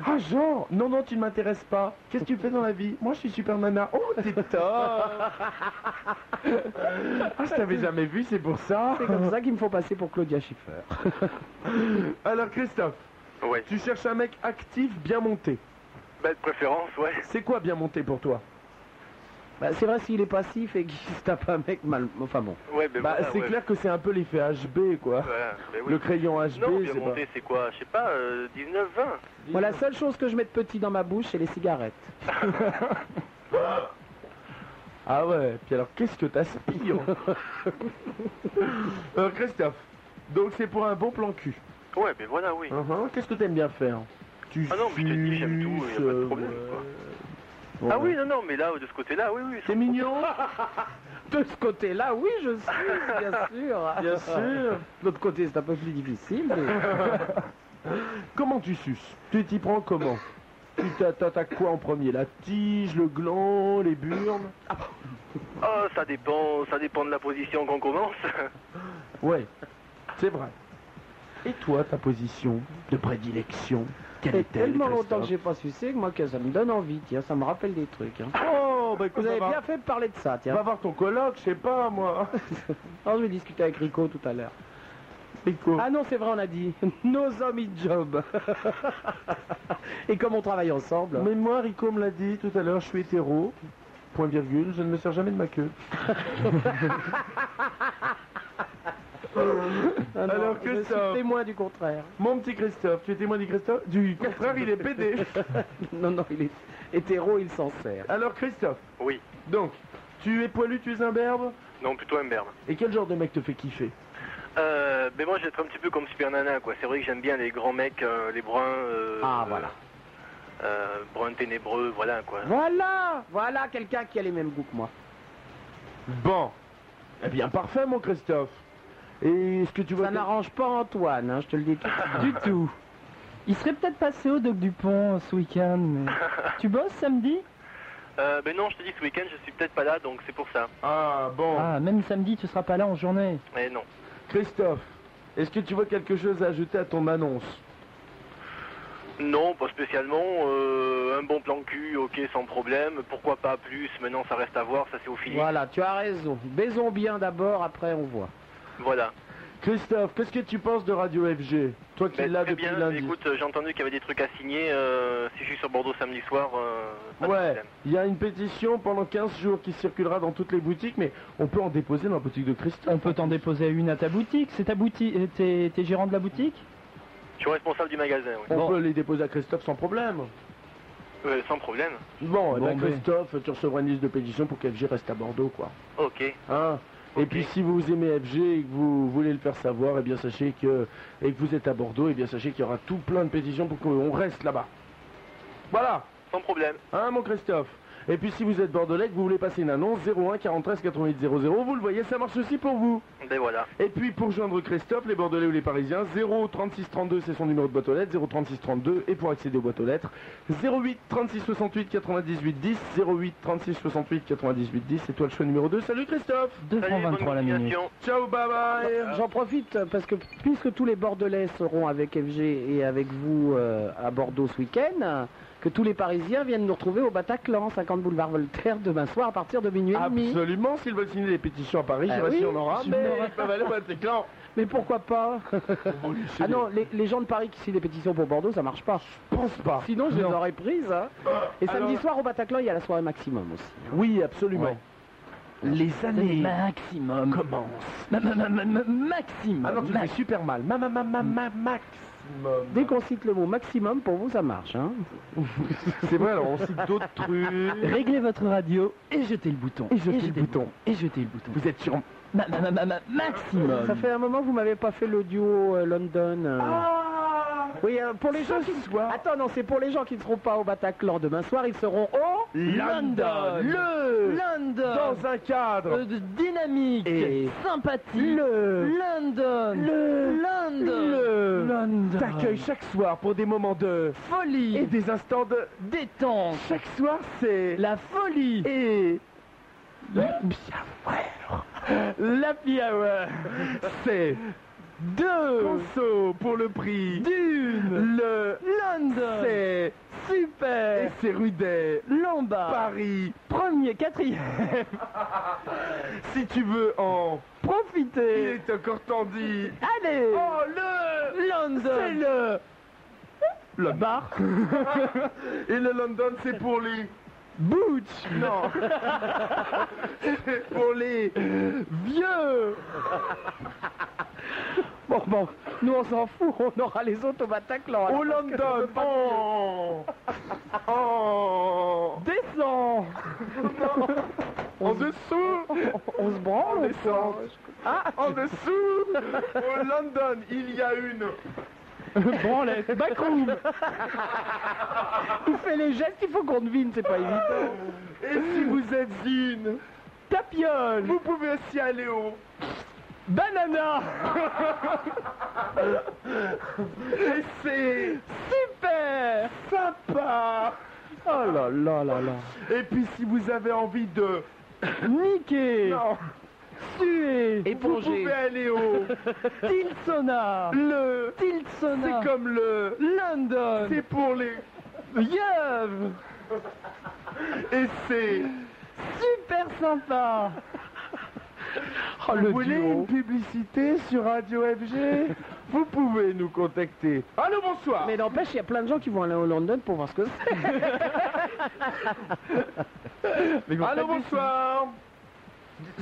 S1: Ah genre, non non, tu ne m'intéresses pas. Qu'est-ce que tu fais dans la vie Moi, je suis super nana. Oh, t'es
S11: [laughs]
S1: top. ah, je t'avais jamais vu, c'est pour ça.
S2: C'est comme ça qu'il me faut passer pour Claudia Schiffer.
S1: Alors Christophe,
S11: Ouais.
S1: tu cherches un mec actif, bien monté.
S11: Bah, de préférence, ouais. [laughs]
S1: C'est quoi bien monté pour toi
S2: Bah, c'est vrai s'il est passif et qu'il se tape un mec mal. Enfin bon.
S11: Ouais, mais
S1: Bah,
S11: voilà,
S1: c'est
S11: ouais.
S1: clair que c'est un peu l'effet HB, quoi.
S11: Voilà, mais oui.
S1: Le crayon HB,
S11: Non,
S1: je
S11: bien
S1: sais pas.
S11: monté, c'est quoi Je sais pas, euh, 19, 20
S2: Moi, la seule chose que je mets de petit dans ma bouche, c'est les cigarettes.
S1: Ah ouais, puis alors qu'est-ce
S11: [laughs]
S1: que t'aspires euh, Christophe, donc c'est pour un bon plan cul.
S11: Ouais, mais voilà, oui.
S1: Uhum, Qu'est-ce que t'aimes bien faire Tu
S11: Uh-huh. Ah non, mais je t'ai dit, j'aime tout, y a pas de
S1: suces,
S11: problème,
S1: euh,
S11: quoi. ah
S1: bon, bah.
S11: oui, non, non, mais là, de ce côté-là, oui, oui. [laughs]
S1: C'est mignon
S2: De ce côté-là, oui, je suis, bien sûr.
S1: Bien Ah, sûr.
S2: De l'autre côté, c'est un peu plus [laughs] difficile.
S1: Comment tu suces Tu t'y prends comment Tu t'a- t'attaques quoi en premier La tige, le gland, les burnes
S11: Ah, ça dépend, ça dépend de la position qu'on commence. [laughs]
S1: Ouais, c'est vrai. Et toi, ta position de prédilection,
S2: Ça
S1: quelle
S2: fait
S1: est-elle
S2: tellement longtemps que
S1: Christophe
S2: j'ai pas sucé que moi, que ça me donne envie. Tiens, ça me rappelle des trucs. hein.
S1: Oh, bah écoute,
S2: Vous avez
S1: va,
S2: bien fait de parler de ça, tiens.
S1: va voir ton coloc, je sais pas, moi.
S2: Alors, je vais discuter avec Rico tout à l'heure.
S1: [laughs] Rico.
S2: Ah non, c'est vrai, on a dit. [laughs] Nos hommes, ils job. [laughs] Et comme on travaille ensemble.
S1: Mais moi, Rico me l'a dit tout à l'heure, je suis hétéro. Point virgule, je ne me sers jamais de ma queue.
S2: Ah non,
S1: alors que
S2: je
S1: ça-
S2: suis témoin du contraire.
S1: Mon petit Christophe, tu es témoin du Christophe Du contraire, il est pédé.
S2: [laughs]
S1: [laughs]
S2: Non, non, il est hétéro, il s'en sert.
S1: Alors Christophe,
S11: Oui.
S1: donc, tu es poilu, tu es imberbe
S11: Non, plutôt un berbe.
S1: Et quel genre de mec te fait kiffer
S11: Euh, mais moi, j'être un petit peu comme Super Nana, quoi. C'est vrai que j'aime bien les grands mecs, euh, les bruns. euh,
S2: Ah, voilà.
S11: Euh, bruns ténébreux, voilà, quoi.
S2: Voilà Voilà quelqu'un qui a les mêmes goûts que moi.
S1: Bon. Eh bien, parfait, mon Christophe. Et est-ce que tu vois...
S2: Ça n'arrange pas Antoine, hein, je te le dis tout de suite.
S3: Du tout. Il serait peut-être passé au Doc Dupont euh, ce week-end, mais... tu bosses samedi
S11: Euh, mais non, je te dis, ce week-end, je suis peut-être pas là, donc c'est pour ça.
S1: Ah, bon.
S3: Ah, même samedi, tu seras pas là en journée.
S11: Mais non.
S1: Christophe, est-ce que tu vois quelque chose à ajouter à ton annonce
S11: Non, pas spécialement. euh, un bon plan cul, ok, sans problème. Pourquoi pas plus Maintenant, ça reste à voir, ça c'est au feeling.
S2: Voilà, tu as raison. Baisons bien d'abord, après on voit.
S11: Voilà.
S1: Christophe, qu'est-ce que tu penses de Radio FG Toi qui
S11: Ben,
S1: l'as
S11: très
S1: depuis
S11: bien,
S1: lundi.
S11: écoute, euh, j'ai entendu qu'il y avait des trucs à signer. euh, si je suis sur Bordeaux samedi soir, euh, pas de
S1: Ouais,
S11: problème.
S1: il y a une pétition pendant 15 jours qui circulera dans toutes les boutiques, mais on peut en déposer dans la boutique de Christophe.
S3: On peut t'en déposer une à ta boutique. C'est ta boutique, euh, t'es t'es gérant de la boutique
S11: Je suis responsable du magasin, oui.
S1: On
S3: Bon.
S1: peut les déposer à Christophe sans problème.
S11: Euh, sans problème.
S1: Bon, eh
S3: Bon,
S1: ben,
S3: ben.
S1: Christophe, tu recevras une liste de pétition pour qu'FG reste à Bordeaux, quoi.
S11: Ok.
S1: Hein et
S11: Ok.
S1: puis si vous aimez FG et que vous voulez le faire savoir, eh bien sachez que et que vous êtes à Bordeaux, eh bien sachez qu'il y aura tout plein de pétitions pour qu'on reste là-bas. Voilà,
S11: Sans problème.
S1: hein mon Christophe. Et puis si vous êtes bordelais, et que vous voulez passer une annonce 01 43 88 00, vous le voyez, ça marche aussi pour vous.
S11: Ben voilà.
S1: Et puis pour joindre Christophe, les Bordelais ou les Parisiens, 0 36 32 c'est son numéro de boîte aux lettres, 0 36 32 et pour accéder aux boîtes aux lettres, 08 36 68 98 10, 08 36 68 98 10, c'est toi le choix numéro 2. Salut Christophe
S3: 2
S11: Salut,
S3: francs
S11: bonne
S3: 23 la minute.
S11: continuation.
S1: Ciao, bye bye
S2: J'en profite euh, parce que puisque tous les Bordelais seront avec FG et avec vous euh, à Bordeaux ce week-end, euh, que tous les Parisiens viennent nous retrouver au Bataclan, 50 boulevard Voltaire, demain soir à partir de minuit et demi.
S1: Absolument, s'ils veulent signer des pétitions à Paris,
S2: Ah
S1: je sais pas
S2: oui,
S1: si on aura,
S3: tu
S1: mais
S3: l'auras.
S1: ils peuvent aller au Bataclan.
S2: Mais pourquoi
S3: [laughs]
S2: pas Ah non, les, les gens de Paris qui signent des pétitions pour Bordeaux, ça marche pas.
S1: je pense pas.
S2: Sinon, je les
S3: Non.
S2: aurais prises. hein. Et
S1: Alors-
S2: samedi soir au Bataclan, il y a la soirée maximum aussi.
S1: Oui, absolument.
S2: Ouais.
S1: Les
S3: Le
S1: années
S3: maximum.
S1: commencent.
S3: Ma- ma- ma- ma- ma- Maximum.
S1: Ah non, tu le
S3: max.
S1: fais super mal. Ma, ma, ma, ma, ma- maximum.
S2: Dès qu'on cite le mot maximum, pour vous, ça marche. Hein
S1: C'est vrai, alors on cite d'autres trucs.
S3: Réglez votre radio et jetez le bouton.
S1: Et jetez le bouton.
S3: Et jetez le bouton.
S1: Vous êtes sur...
S3: Ma- ma- ma- ma- ma- maximum.
S2: Ça fait un moment que vous m'avez pas fait le duo euh, London. euh.
S1: Ah
S2: oui, euh, pour les gens qui
S1: soir.
S2: Attends, non, c'est pour les gens qui ne seront pas au Bataclan demain soir, ils seront au
S1: London Le
S3: London.
S1: Dans un cadre
S3: Euh, de dynamique.
S2: Et-
S3: sympathique.
S1: Le
S3: London.
S1: Le
S3: London.
S1: Le
S3: London.
S1: T'accueilles chaque soir pour des moments de...
S3: folie.
S1: Et des instants de...
S3: détente.
S1: Chaque soir, c'est...
S3: La folie.
S1: Et... L'happy hour L'happy hour [laughs] C'est... Deux conso pour le prix
S3: Dune.
S1: Le...
S3: London.
S1: C'est...
S3: super.
S1: Et c'est Rudet
S3: Lombard.
S1: Paris
S3: Premier, quatrième.
S1: Si tu veux en... Il
S3: Profitez.
S1: est encore tendu
S3: Allez.
S1: Oh le
S3: London.
S1: [laughs] le... Le bar Et le London, c'est pour les...
S3: Butch
S1: [laughs] Non
S3: Pour les vieux Bon, bon, nous on s'en fout, on aura les autres au Bataclan.
S1: Oh, London,
S3: Oh Oh Descends
S1: En dessous
S3: On se branle
S1: En
S3: on
S1: descend.
S3: Ah
S1: En [laughs] dessous Au London, il y a une
S3: Branlette, backroom Vous faites les gestes, il faut qu'on devine, c'est pas évident.
S1: Et si vous êtes une
S3: Tapiole
S1: Vous pouvez aussi aller au
S3: Banana
S1: [laughs] Et c'est
S3: Super
S1: sympa
S3: Oh là là là là
S1: Et puis si vous avez envie
S3: [coughs]
S1: de...
S3: Niqué
S1: Non
S3: Sué
S1: Vous pouvez aller [laughs] au...
S3: Tilsona
S1: Le...
S3: Tilsona
S1: C'est comme le...
S3: London
S1: C'est pour les...
S3: Yeuve
S1: Et c'est...
S3: Super
S2: Ah.
S3: sympa Oh
S1: Vous
S3: le
S1: voulez une
S3: duo
S1: publicité sur Radio
S3: [laughs]
S1: FG Vous pouvez nous contacter. Allô, bonsoir
S2: Mais n'empêche, il y a plein de gens qui vont aller au London pour voir ce que c'est.
S1: Allô, bonsoir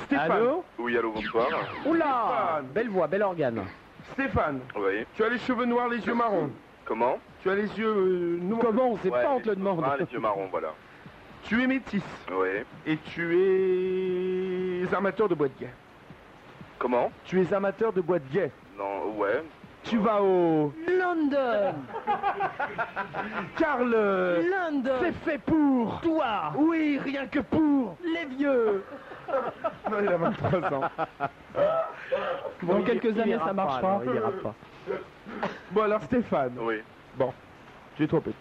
S1: Stéphane
S3: Allô
S10: Oui, allô, bonsoir.
S2: Oula
S1: Stéphane.
S2: Belle voix, bel organe.
S1: Stéphane,
S10: Oui,
S1: tu as les cheveux noirs, les yeux marrons.
S10: comment
S1: Tu as les yeux euh, noirs.
S3: Comment on sait
S10: Ouais,
S3: pas, on
S10: les
S3: te le
S10: yeux-
S3: demande
S10: Ah, les yeux marrons, voilà.
S1: Tu es métis.
S10: Oui.
S1: Et tu es amateur de bois de guet.
S10: Comment
S1: Tu es amateur de bois de guet.
S10: Non, ouais.
S1: Tu vas au... [laughs]
S3: London
S1: Carl euh,
S3: London
S1: C'est fait pour
S3: Toi
S1: Oui, rien que pour
S3: Les vieux
S1: Non, il a 23 ans.
S3: Dans quelques
S2: Il
S3: années,
S2: ira
S3: ça marche
S2: alors,
S3: pas.
S2: Il ira pas.
S1: Bon, alors Stéphane,
S10: Oui.
S1: tu es trop petit.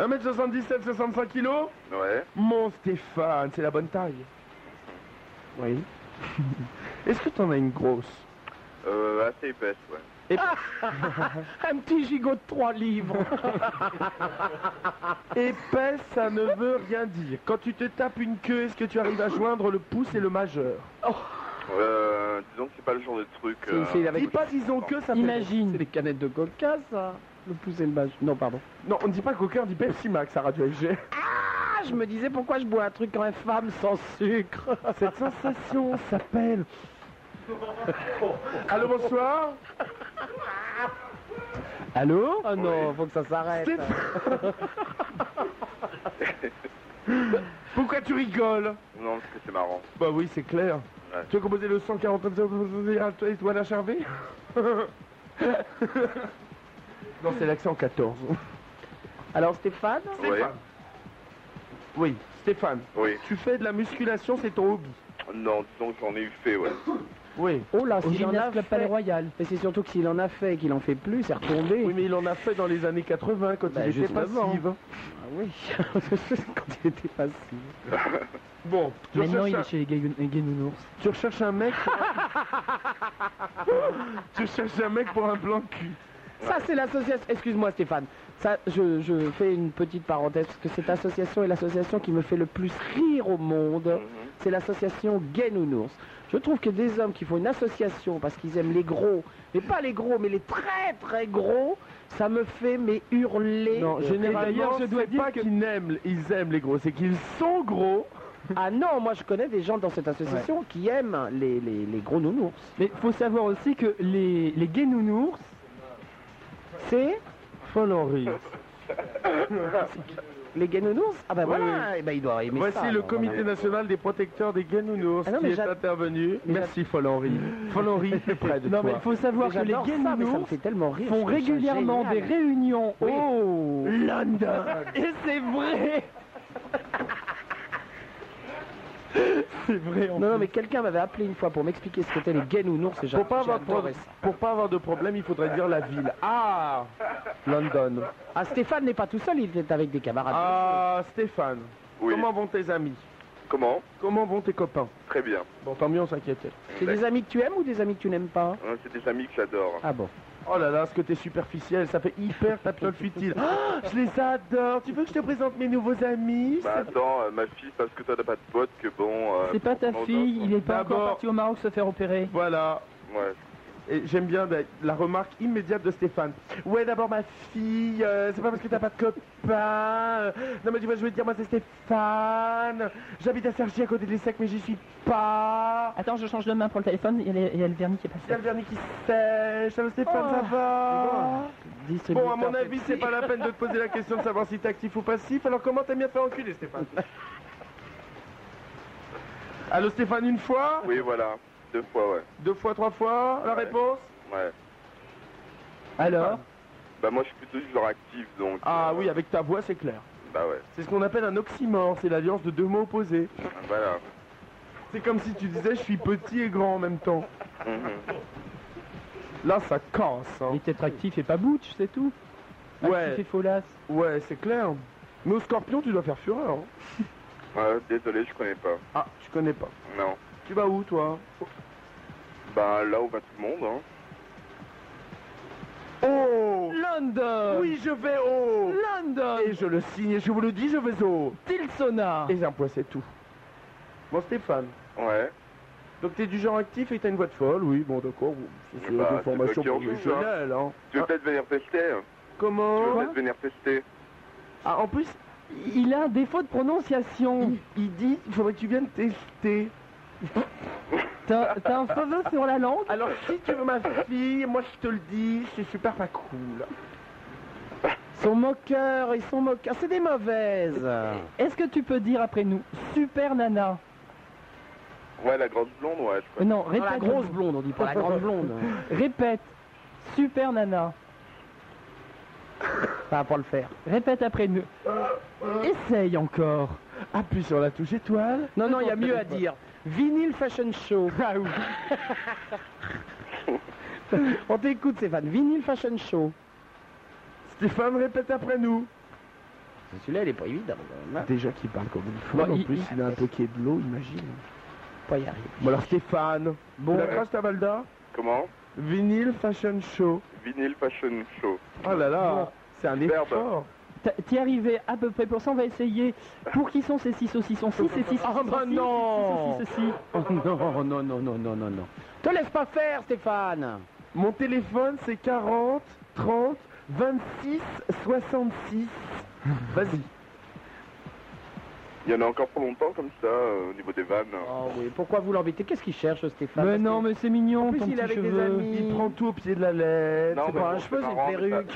S1: 1m77, 65 kilos
S10: Ouais.
S1: Mon Stéphane, c'est la bonne taille.
S2: Oui.
S1: [laughs] Est-ce que t'en as une grosse
S10: Euh, assez épaisse, ouais.
S2: Un petit gigot de 3
S1: [laughs]
S2: livres.
S1: Épaisse, ça ne veut rien dire. Quand tu te tapes une queue, est-ce que tu arrives à joindre le pouce et le majeur
S10: Euh, disons que c'est pas le genre de truc. euh,
S2: c'est
S1: Dis pas disons que ça fait...
S3: Imagine.
S2: C'est les canettes de coca, ça. Le pouce et le bâche. Non, pardon.
S1: Non, on ne dit pas coquin, on dit Pepsi Max à Radio FG.
S2: Ah, je me disais pourquoi je bois un truc infâme sans sucre.
S1: Cette sensation
S2: [laughs]
S1: s'appelle... Allô, bonsoir
S3: Allô
S2: Oh non, faut que ça s'arrête.
S1: Pourquoi tu rigoles
S10: Non, parce que c'est marrant.
S1: Bah oui, c'est clair.
S10: Ouais.
S1: Tu as composé le 149 étoiles à
S10: [laughs]
S1: Charvet Non, c'est l'accent 14.
S2: Alors Stéphane
S10: Ouais.
S1: Oui, Stéphane,
S10: Oui.
S1: tu fais de la musculation, c'est ton hobby.
S10: Non, disons que j'en ai eu fait, ouais.
S1: Oui.
S2: Oh là,
S3: Au
S2: s'il en a
S3: gymnase Club Palais
S2: fait...
S3: Royal.
S2: Mais c'est surtout que s'il en a fait et qu'il en fait plus, c'est retombé.
S1: Oui, mais il en a fait dans les années 80 quand
S2: Bah,
S1: il était
S2: justement.
S1: passif. hein.
S2: Ah oui, [laughs] quand il était facile.
S1: Bon, tu
S3: Maintenant,
S1: recherches,
S3: il
S1: un,
S3: est chez les gay- les gay nounours.
S1: tu recherches un mec.
S10: [laughs]
S1: tu cherches un mec pour un plan cul.
S2: Ça, c'est l'association. Excuse-moi, Stéphane. Ça, je, je fais une petite parenthèse parce que cette association est l'association qui me fait le plus rire au monde.
S1: Mhm.
S2: C'est l'association Gay Nounours. Je trouve que des hommes qui font une association parce qu'ils aiment les gros, mais pas les gros, mais les très très gros, ça me fait mais hurler.
S1: Non,
S2: de-
S1: généralement,
S3: d'ailleurs, je dois
S1: c'est
S3: dire
S1: pas
S3: que-
S1: qu'ils n'aiment, ils aiment les gros, c'est qu'ils sont gros.
S2: Ah non, moi je connais des gens dans cette association qui aiment les, les, les gros nounours.
S3: Mais faut savoir aussi que les, les gays nounours,
S2: C'est
S1: Paul Henry.
S2: les gay nounours Ah ben
S1: Oui,
S2: voilà, eh ben, il doit aimer
S1: Voici
S2: ça,
S1: le
S2: alors, voilà.
S1: comité national des protecteurs des gays nounours
S2: Ah non,
S1: qui
S2: mais
S1: est
S2: j'a-
S1: intervenu.
S2: mais j'a-
S1: Merci Paul Henry.
S3: [laughs]
S1: Paul Henry est près de
S3: non mais
S1: toi.
S3: il faut savoir que les
S2: J'adore
S3: gays
S2: ça, mais ça me
S3: nounours
S2: fait tellement rire.
S3: font
S2: je trouve ça
S3: régulièrement des
S2: génial.
S3: réunions.
S2: Oui.
S3: Oh London Et c'est vrai [laughs] C'est vrai. en
S2: Non, non,
S3: plus.
S2: mais quelqu'un m'avait appelé une fois pour m'expliquer ce qu'était les gays nounours et j'ai
S1: Pour pas, avoir de pro-
S2: j'adorais ça.
S1: pour pas avoir de problème, il faudrait dire la ville. Ah London.
S2: Ah, Stéphane n'est pas tout seul, il est avec des camarades.
S1: Ah Stéphane,
S10: Oui.
S1: comment vont tes amis
S10: Comment
S1: Comment vont tes copains
S10: Très bien.
S1: Bon, tant mieux, on s'inquiétait.
S2: C'est des amis que tu aimes ou des amis que tu n'aimes pas
S10: Euh, C'est des amis que j'adore.
S2: Ah bon.
S1: Oh là là, ce que t'es superficiel, ça fait hyper tapiole futile. Ah, je les adore. Tu veux que je te présente mes nouveaux amis
S10: Bah attends, euh, ma fille, parce que toi t'as pas de pote que bon... euh,
S3: C'est pas ta
S10: non,
S3: fille,
S10: non,
S3: il est pas encore
S1: D'abord-
S3: parti au Maroc se faire opérer.
S1: Voilà.
S10: Ouais,
S1: Et J'aime bien la, la remarque immédiate de Stéphane. Ouais, d'abord ma fille, euh, c'est pas parce que t'as pas de copain. euh, non, mais tu vois, je veux dire, moi c'est Stéphane. J'habite à Cergy à côté des secs, mais j'y suis pas.
S12: Attends, je change de main pour le téléphone, il y a, les- il y a le vernis qui est
S1: Il y a
S12: passé.
S1: le vernis qui sèche. Allô Stéphane,
S12: Oh.
S1: ça va Bon, à mon avis, c'est pas la peine de te poser la question de savoir si t'es actif ou passif. Alors, comment t'aimes bien te faire enculer, [laughs] Stéphane Allô, Stéphane, une fois
S10: Oui, voilà. Deux fois, ouais.
S1: Deux fois, trois fois La réponse
S10: Ouais.
S1: Alors
S10: Bah, moi, je suis plutôt genre actif, donc. euh,
S1: Ah oui, avec ta voix, c'est clair.
S10: Bah, ouais.
S1: C'est ce qu'on appelle un oxymore, c'est l'alliance de deux mots opposés.
S10: Voilà.
S1: C'est comme si tu disais je suis petit et grand en même temps.
S10: Mhm.
S1: Là, ça casse. Hein.
S3: Peut-être actif et pas bouche, c'est tout. Actif et
S1: Ouais,
S3: folasse.
S1: ouais, c'est clair. Mais au scorpion, tu dois faire fureur. hein.
S10: Ouais, désolé, je connais pas.
S1: Ah, tu connais pas.
S10: Non.
S1: Tu vas où, toi
S10: Bah, là où va tout le monde, hein.
S1: Oh
S3: London
S1: Oui, je vais au
S3: London Ah.
S1: Et je le signe et je vous le dis, je vais au
S3: Tilsona
S1: Et un point, c'est tout. Bon, Stéphane,
S10: Ouais.
S1: donc t'es du genre actif et t'as une voix de folle, oui, bon, d'accord. bon, c'est- C'est
S10: Bah, c'est
S1: une formation
S10: toi qui en juge,
S1: professionnelle, hein.
S10: Tu veux
S1: Ah.
S10: peut-être venir tester hein. Tu veux
S1: Comment
S10: peut-être venir tester
S1: Ah, en plus,
S3: Il a un défaut de prononciation.
S1: il, il dit, il faudrait que tu viennes tester.
S3: T'as t'as un faveux sur la langue
S1: Alors, si tu veux ma fille, moi je te le dis, c'est super pas cool.
S2: Son moqueur, ils sont moqueurs.
S12: Ah,
S2: C'est des mauvaises.
S3: Est-ce que tu peux dire après nous Super Nana
S10: Ouais, la grande blonde, ouais. je
S3: Euh, Non,
S2: Dans
S3: répète.
S2: la grosse blonde, on dit pas la
S12: [laughs]
S2: grande blonde.
S3: Répète. Super Nana.
S2: Pas pour le faire.
S3: Répète après nous. Essaye encore.
S1: Appuie sur la touche étoile.
S2: Non, non, il y a mieux à dire. Vinyl Fashion Show. [laughs] on t'écoute, Stéphane. Vinyl Fashion Show.
S1: Stéphane, répète après nous.
S2: Celui-là, il est pas évident. hein. On
S3: [laughs]
S2: va
S1: Déjà qu'il parle comme une folle,
S2: Bon,
S1: en
S2: il-
S1: plus,
S2: il-
S1: Bah, il a un peu qui est de l'eau, imagine.
S2: pas y arriver.
S1: Bon, alors Stéphane,
S2: Bon.
S1: la crache Tabalda,
S10: crois. Comment
S1: vinyle fashion show.
S10: Vinyl Fashion Show.
S1: Oh là là, c'est un
S10: Superbe.
S1: effort.
S12: T'as- T'y arrivais à peu près pour ça, on va essayer. Pour qui sont ces six saucissons 6 et 6
S1: Oh,
S2: Ah, bah non.
S12: ceci.
S2: Oh, non, non, non, non, non, non, non. Te laisse pas faire, Stéphane.
S1: Mon téléphone, c'est 40 30 26 66. Vas-y.
S10: Il y en a encore pour longtemps comme ça, euh, au niveau des vannes.
S2: [laughs] Oh oui, pourquoi vous l'embêtez Qu'est-ce qu'il cherche, Stéphane
S3: Mais
S2: Parce
S3: non,
S2: que-
S3: mais c'est mignon,
S1: En plus,
S3: ton
S1: il est
S3: petit
S1: avec des
S3: cheveu.
S1: amis, il prend tout au pied de la lettre.
S10: Non,
S1: c'est
S10: mais
S1: pas un
S10: bon,
S1: cheveu,
S10: c'est
S1: c'est
S10: marrant,
S1: une
S10: mais ça-
S1: perruque.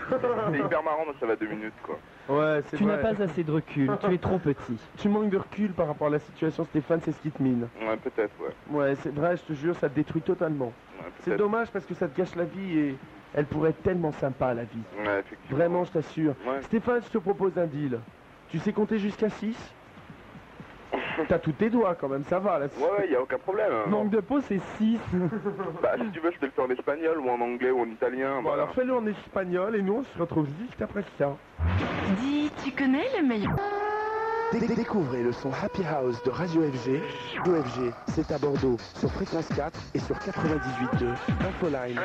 S10: C'est hyper marrant, mais ça va deux minutes, quoi.
S1: Ouais, c'est
S3: Tu n'as
S1: vrai.
S3: pas assez de recul, tu es trop petit.
S1: Tu manques de recul par rapport à la situation, Stéphane, c'est ce qui te mine.
S10: Ouais, peut-être, ouais.
S1: Ouais, c'est vrai, je te jure, ça te détruit totalement.
S10: Ouais,
S1: C'est
S10: peut-être.
S1: dommage parce que ça te gâche la vie et elle pourrait être tellement sympa, la vie.
S10: Ouais, effectivement.
S1: Vraiment, je t'assure.
S10: Ouais.
S1: Stéphane, je te propose un deal. Tu sais compter jusqu'à 6 T'as tous tes doigts quand même, ça va là.
S10: Ouais, ouais, y a aucun problème. hein.
S3: Manque de peau, c'est 6.
S10: Bah, si tu veux, je peux le faire en espagnol ou en anglais ou en italien.
S1: Bon,
S10: [laughs] voilà.
S13: bah.
S1: alors fais-le en espagnol et nous on se retrouve juste après ça.
S7: Dis, tu connais le meilleur
S1: Découvrez le son Happy House de Radio FG. Radio FG, c'est à Bordeaux, sur fréquence 4 et sur 98.2. Infoline,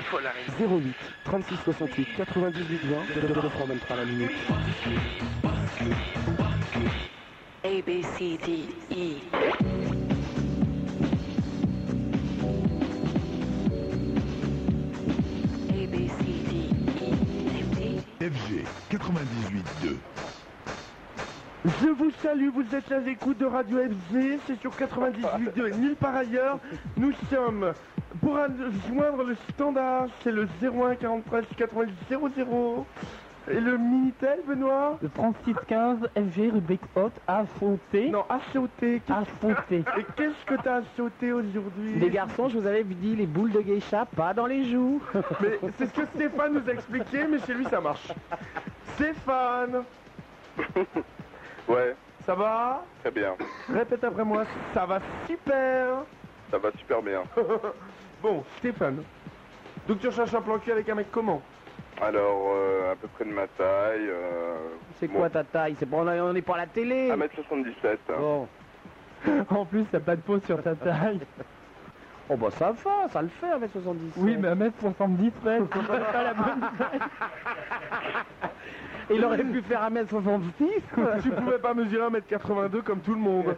S1: 08 36 68 98 20 de la minute.
S7: A, B, C, D, E. A, B, C, D, E, F, G.
S8: FG 98.2.
S1: Je vous salue, vous êtes à l'écoute de Radio FG, c'est sur 98.2 et nulle part ailleurs. Nous sommes, pour ad- joindre le standard, c'est le 01 43 90 00. Et le Minitel, Benoît
S12: Le 3615 FG Rubik Hot a fauté.
S1: Non, à sauter.
S12: A fauté.
S1: Et qu'est-ce que t'as à sauter aujourd'hui
S2: Ah. Les garçons, je vous avais dit, les boules de geisha, pas dans les joues.
S1: Mais c'est ce que Stéphane nous a expliqué, mais chez lui ça marche. Stéphane,
S10: Ouais,
S1: ça va
S10: très bien.
S1: Répète après moi, ça va super
S10: Ça va super bien.
S1: Bon, Stéphane, donc tu recherches un plan cul avec un mec comment
S10: Alors, euh, à peu près de ma taille. Euh,
S2: C'est
S10: Bon.
S2: quoi ta taille C'est pas, on n'est pas à la
S10: Ah,
S2: télé.
S10: 1m77. hein.
S1: Oh.
S2: Bon.
S3: En plus, t'as pas de peau sur ta taille.
S2: Oh bah ça va, ça le fait avec 70.
S3: Oui, mais 1m70 presque. c'est pas la bonne
S2: Il aurait pu faire 1m66.
S1: [laughs] Tu pouvais pas mesurer 1m82 comme tout le monde.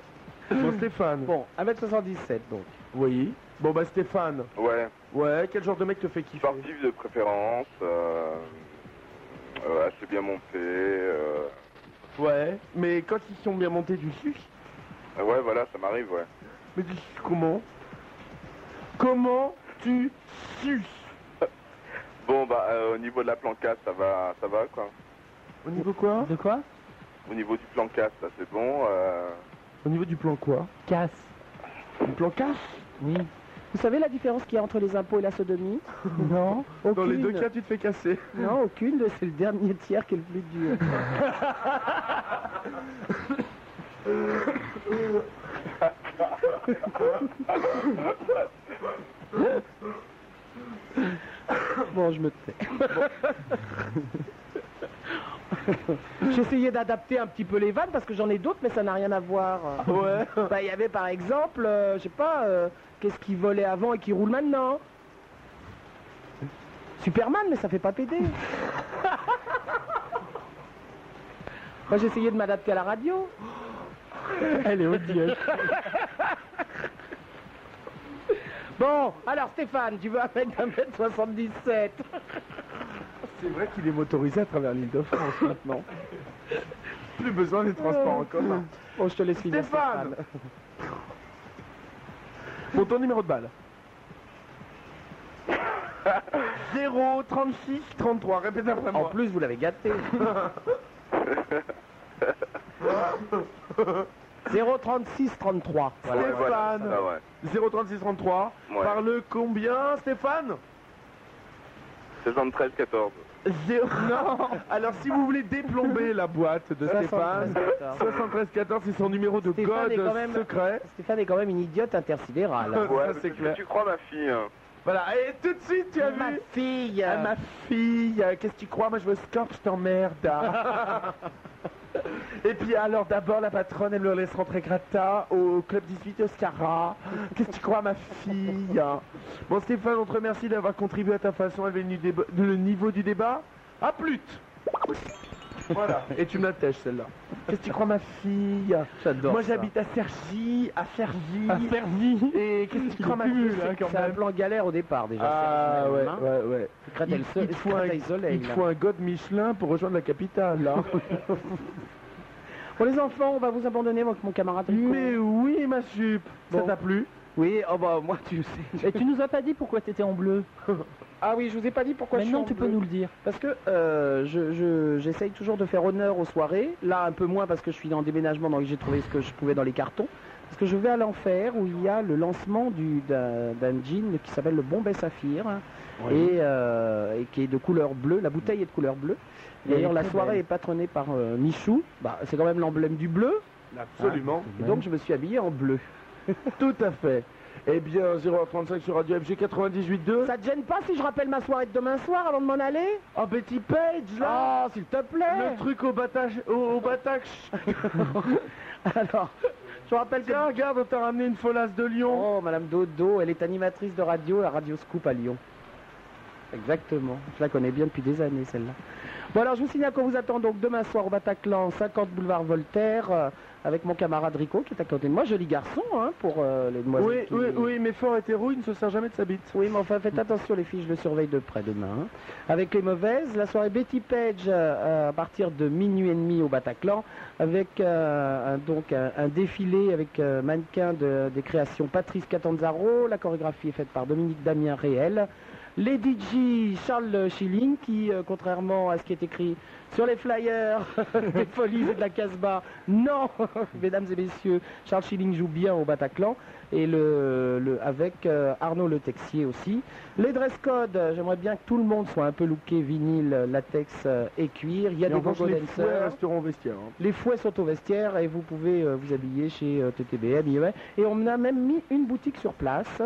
S1: [laughs] Bon, Stéphane,
S2: Bon, 1m77 donc.
S1: Oui. Bon bah Stéphane.
S13: Ouais.
S1: Ouais, quel genre de mec te fait kiffer
S13: Sportif de préférence, euh, euh, assez bien monté. euh,
S1: Ouais. Mais quand ils sont bien montés du sucre,
S13: ouais, voilà, ça m'arrive, ouais.
S1: mais du sucre comment Comment tu suces
S13: Bon, bah, euh, au niveau de la plancasse, ça va, ça va, quoi.
S1: Au niveau quoi De quoi
S13: Au niveau du plancasse, ça c'est bon. euh,
S1: Au niveau du plan quoi
S12: Casse.
S1: Du plan casse Oui.
S12: Vous savez la différence qu'il y a entre les impôts et la sodomie
S1: Non.
S12: Aucune.
S1: Dans les deux cas, tu te fais casser.
S12: Non, aucune, c'est le dernier tiers qui est le plus dur.
S2: Bon, je me tais.
S12: J'essayais d'adapter un petit peu les vannes parce que j'en ai d'autres, mais ça n'a rien à voir.
S1: Ouais.
S12: Bah, il y avait par exemple, euh, je sais pas, euh, qu'est-ce qui volait avant et qui roule maintenant Superman, mais ça fait pas
S2: [laughs]
S12: péder. Moi, j'essayais de m'adapter à la radio.
S3: Elle
S2: [laughs]
S3: est odieuse.
S12: Bon, alors Stéphane, tu veux un mec d'un mètre 77
S1: C'est vrai qu'il est motorisé à travers l'île de France maintenant. Plus besoin des transports en
S12: Euh.
S1: commun.
S12: Bon, je te laisse finir.
S1: Stéphane Bon, ton numéro de balle 0, 36, 33, répète après moi.
S2: En plus, vous l'avez gâté.
S12: 036 33.
S1: Stéphane
S12: Voilà.
S1: 036 33
S13: Ouais.
S1: par le combien Stéphane
S13: 73, 14.
S1: Zéro- Non. Alors si vous voulez déplomber la boîte de Stéphane,
S12: 73,
S1: 73 14 c'est son numéro de
S12: Stéphane est
S1: code
S12: quand même-
S1: secret.
S2: Stéphane est quand même une idiote [laughs] intersidérale.
S1: Ouais,
S13: Ouais,
S1: c'est
S13: c'est
S1: clair.
S13: Tu crois, ma fille hein
S1: Voilà, et tout de suite tu as
S2: Ma
S1: vu
S2: fille
S1: Ah, ma fille, euh, qu'est-ce que tu crois Moi je veux Scorp, je t'emmerde. Et puis alors d'abord la patronne elle me laisse rentrer Grata au club 18 Oscara. Qu'est-ce que tu crois ma fille Bon Stéphane, on te remercie d'avoir contribué à ta façon à élever le déba- le niveau du débat. À plus Voilà, et tu me la tèches celle-là. Qu'est-ce que tu crois ma fille
S2: J'adore
S1: Moi
S2: ça.
S1: j'habite à Sergi, à Sergi.
S3: À Sergi.
S1: Et qu'est-ce que tu
S3: Il
S1: crois ma
S3: cumule,
S1: fille
S3: hein, quand
S2: C'est un plan galère au départ déjà.
S1: Ah
S2: Sergi,
S1: ouais,
S2: hein.
S1: ouais, ouais.
S2: Crête,
S1: Il,
S2: elle se-
S1: il te faut un,
S2: Crête, elle soleil,
S1: il te
S2: là.
S1: faut un god Michelin pour rejoindre la capitale, là.
S12: Pour les enfants, on va vous abandonner avec mon camarade Rico.
S1: Mais oui, ma sup, ça
S12: Bon.
S1: t'a plu
S2: Oui, oh bah moi tu sais.
S12: Et tu nous as pas dit pourquoi t'étais en bleu.
S2: Ah oui, je vous ai pas dit pourquoi
S12: Maintenant,
S2: je suis
S12: tu
S2: en
S12: peux
S2: bleu.
S12: nous le dire.
S2: Parce que euh, je- je- j'essaye toujours de faire honneur aux soirées. Là, un peu moins parce que je suis dans le déménagement, donc j'ai trouvé ce que je pouvais dans les cartons. Parce que je vais à l'enfer où il y a le lancement du- d'un d'un jean qui s'appelle le Bombay Saphir hein, et, euh, et qui est de couleur bleue. La bouteille est de couleur bleue.
S12: Et elle
S2: D'ailleurs,
S12: est
S2: la
S12: très
S2: soirée
S12: belle.
S2: est patronnée par euh, Michou. Bah, C'est quand même l'emblème du bleu.
S1: Ah. Absolument.
S2: Et donc, je me suis habillé
S12: [laughs]
S2: en bleu.
S1: Tout à fait. Eh bien, 0h35 sur Radio FG 98.2.
S12: Ça te gêne pas si je rappelle ma soirée de demain soir avant de m'en aller
S1: Oh, Betty Page, là
S12: Ah, s'il te plaît
S1: Le truc au battage... Au, au batache.
S2: Alors, je vous rappelle que
S1: Tiens, regarde, on t'a ramené une folasse de Lyon.
S2: Oh, Madame Dodo, elle est animatrice de radio à Radio Scoop à Lyon. Exactement. Je la connais bien depuis des années, celle-là. Bon, alors, je vous signale qu'on vous attend donc demain soir au Bataclan, 50 boulevard Voltaire, euh, avec mon camarade Rico qui est à côté de moi. Joli garçon, hein, pour euh, les
S1: oui,
S2: demoiselles. qui-
S1: oui, oui, mais fort hétéro, il ne se sert jamais de sa bite.
S2: oui, mais enfin, faites attention, les filles, je le surveille de près demain. hein. Avec les mauvaises, la soirée Betty Page euh, à partir de minuit et demi au Bataclan, avec euh, un, donc un, un défilé avec euh, mannequins de- des créations Patrice Catanzaro. La chorégraphie est faite par Dominique Damien Réel. Les DJ Charles Schilling, qui, euh, contrairement à ce qui est écrit sur les flyers [laughs] des folies et de la Casbah, non, [laughs] mesdames et messieurs, Charles Schilling joue bien au Bataclan, et le, le- avec euh, Arnaud Le Texier aussi. Les dress codes, euh, j'aimerais bien que tout le monde soit un peu looké vinyle, latex euh, et cuir. Il y a
S1: Et
S2: des
S1: en revanche,
S2: go-go
S1: les fouets
S2: dancers.
S1: resteront au vestiaire. hein.
S2: Les fouets sont au vestiaire et vous pouvez euh, vous habiller chez euh, TTBM, IEM. Et on a même mis une boutique sur place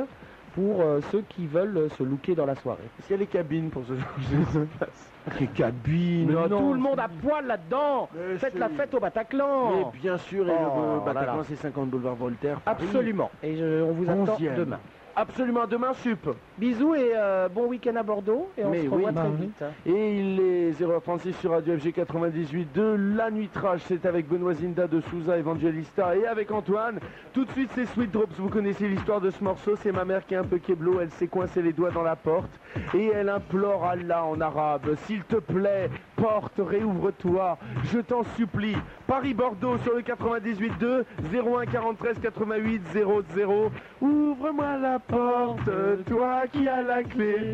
S2: pour euh, ceux qui veulent euh, se looker dans la soirée.
S1: Est-ce qu'il y a les cabines pour se
S2: [laughs]
S1: changer de place Les cabines
S2: Mais tout le monde à poil là-dedans
S1: Mais
S2: Faites
S1: c'est-
S2: la fête au Bataclan
S1: bien sûr,
S2: et le, euh, Bataclan,
S1: c'est 50 boulevard Voltaire.
S2: Absolument. Et je- on vous
S1: Onzième.
S2: attend demain.
S1: Absolument, demain sup.
S2: Bisous et euh, bon week-end à Bordeaux. Et on
S1: Mais
S2: se
S1: oui,
S2: revoit
S1: bah
S2: très
S1: oui.
S2: vite.
S1: Et il est 0h36 sur Radio FG 98 de La Nuit Trash. C'est avec Benoît Zinda de Souza Evangelista et avec Antoine. Tout de suite, c'est Sweet Drops. Vous connaissez l'histoire de ce morceau. C'est ma mère qui est un peu keblo. Elle s'est coincée les doigts dans la porte et elle implore Allah en arabe. S'il te plaît, porte, réouvre-toi. Je t'en supplie. Paris-Bordeaux sur le 98-2, 01 43 88 00. Ouvre-moi la porte, toi qui as la clé.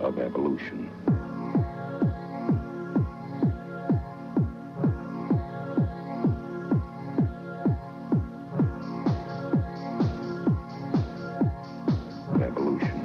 S8: of evolution. Evolution.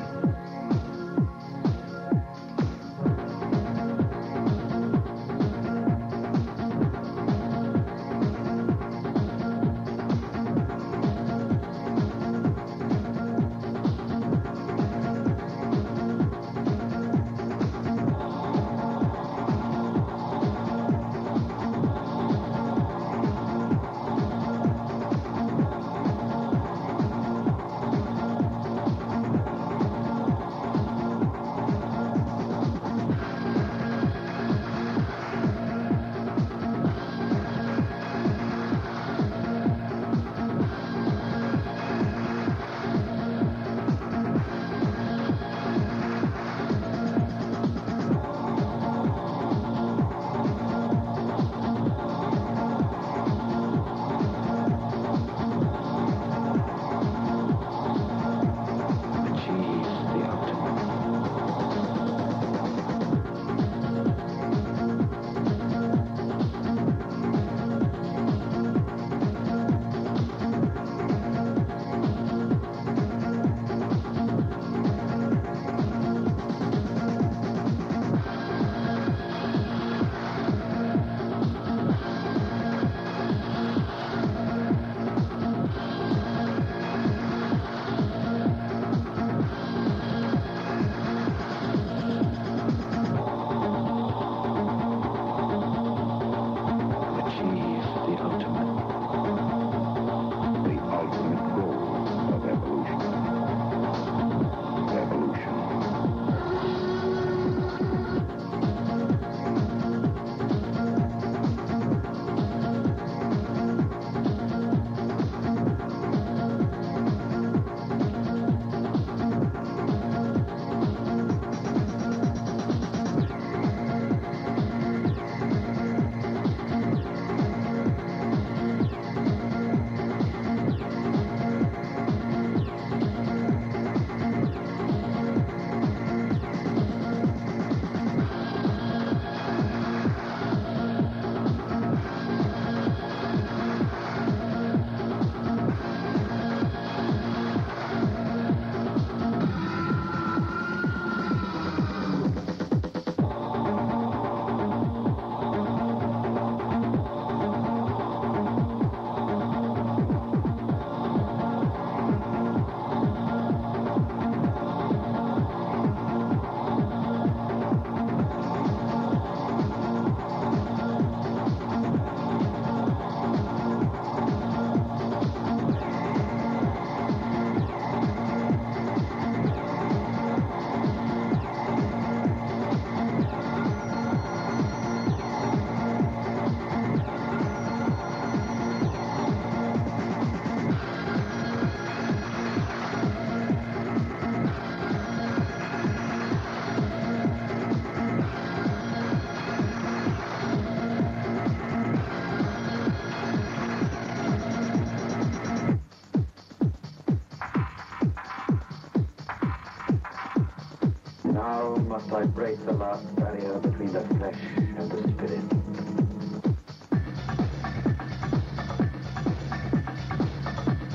S8: Now must I break the last barrier between the flesh and the spirit.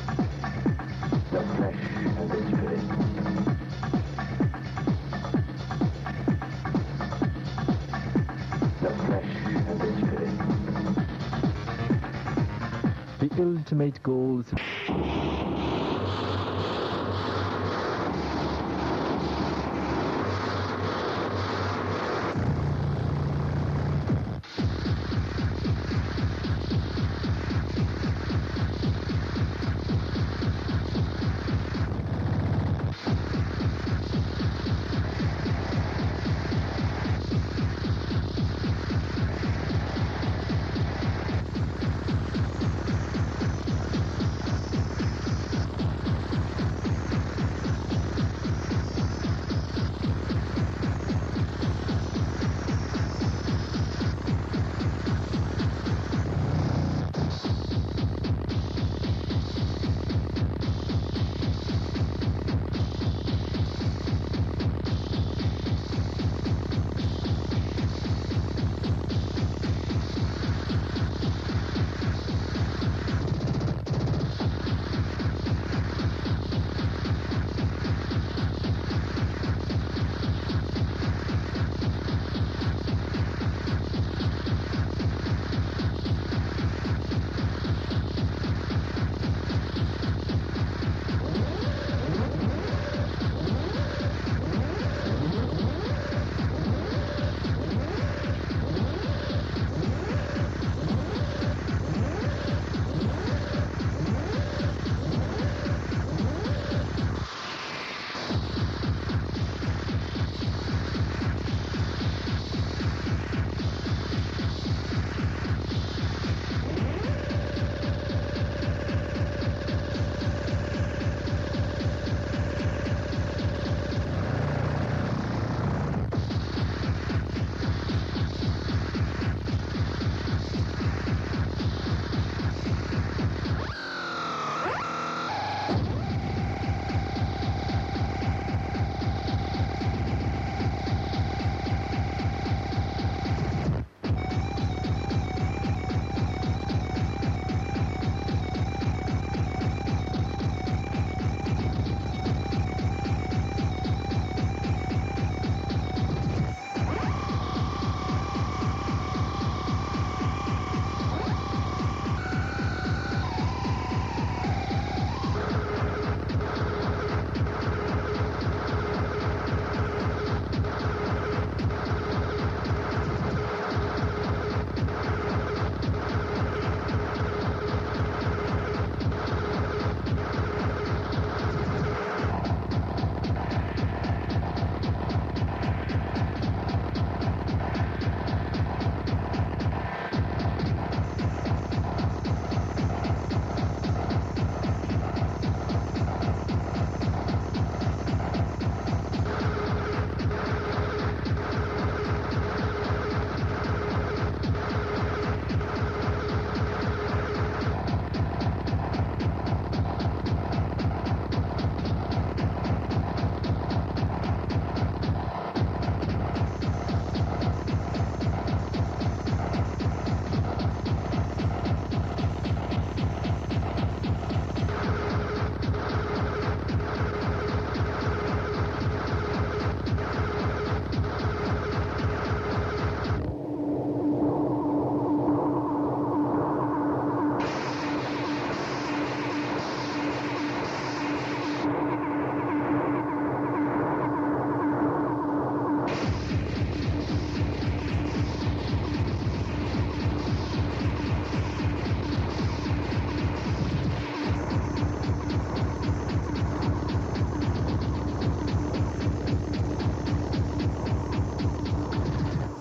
S8: The flesh and the spirit. The flesh and the spirit.
S2: The ultimate goals.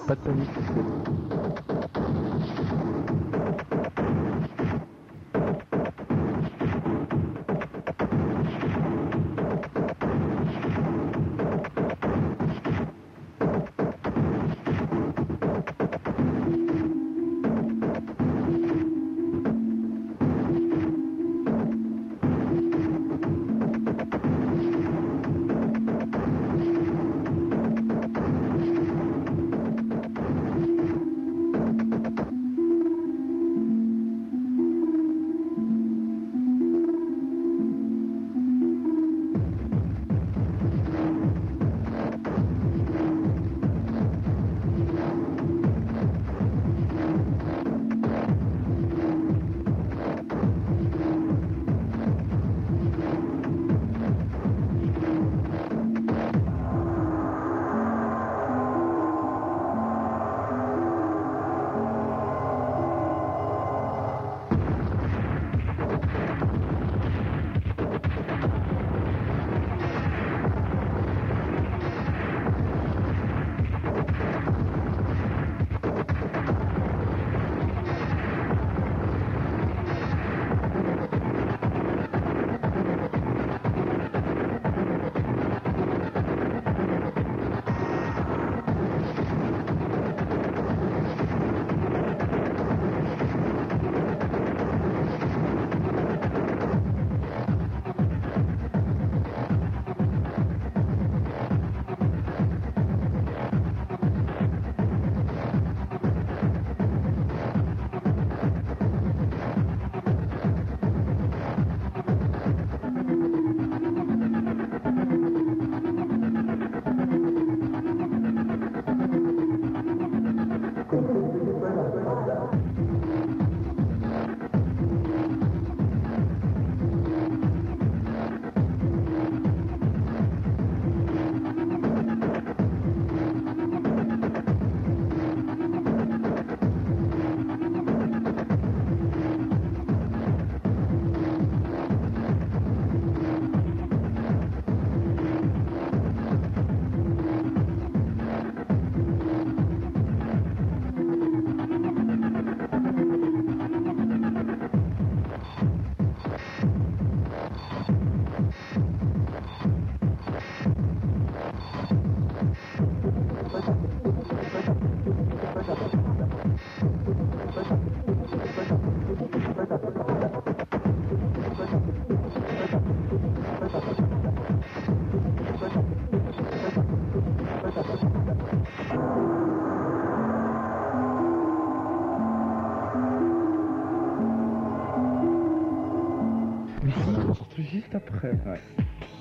S14: pas de panique.
S15: Juste après. Ouais.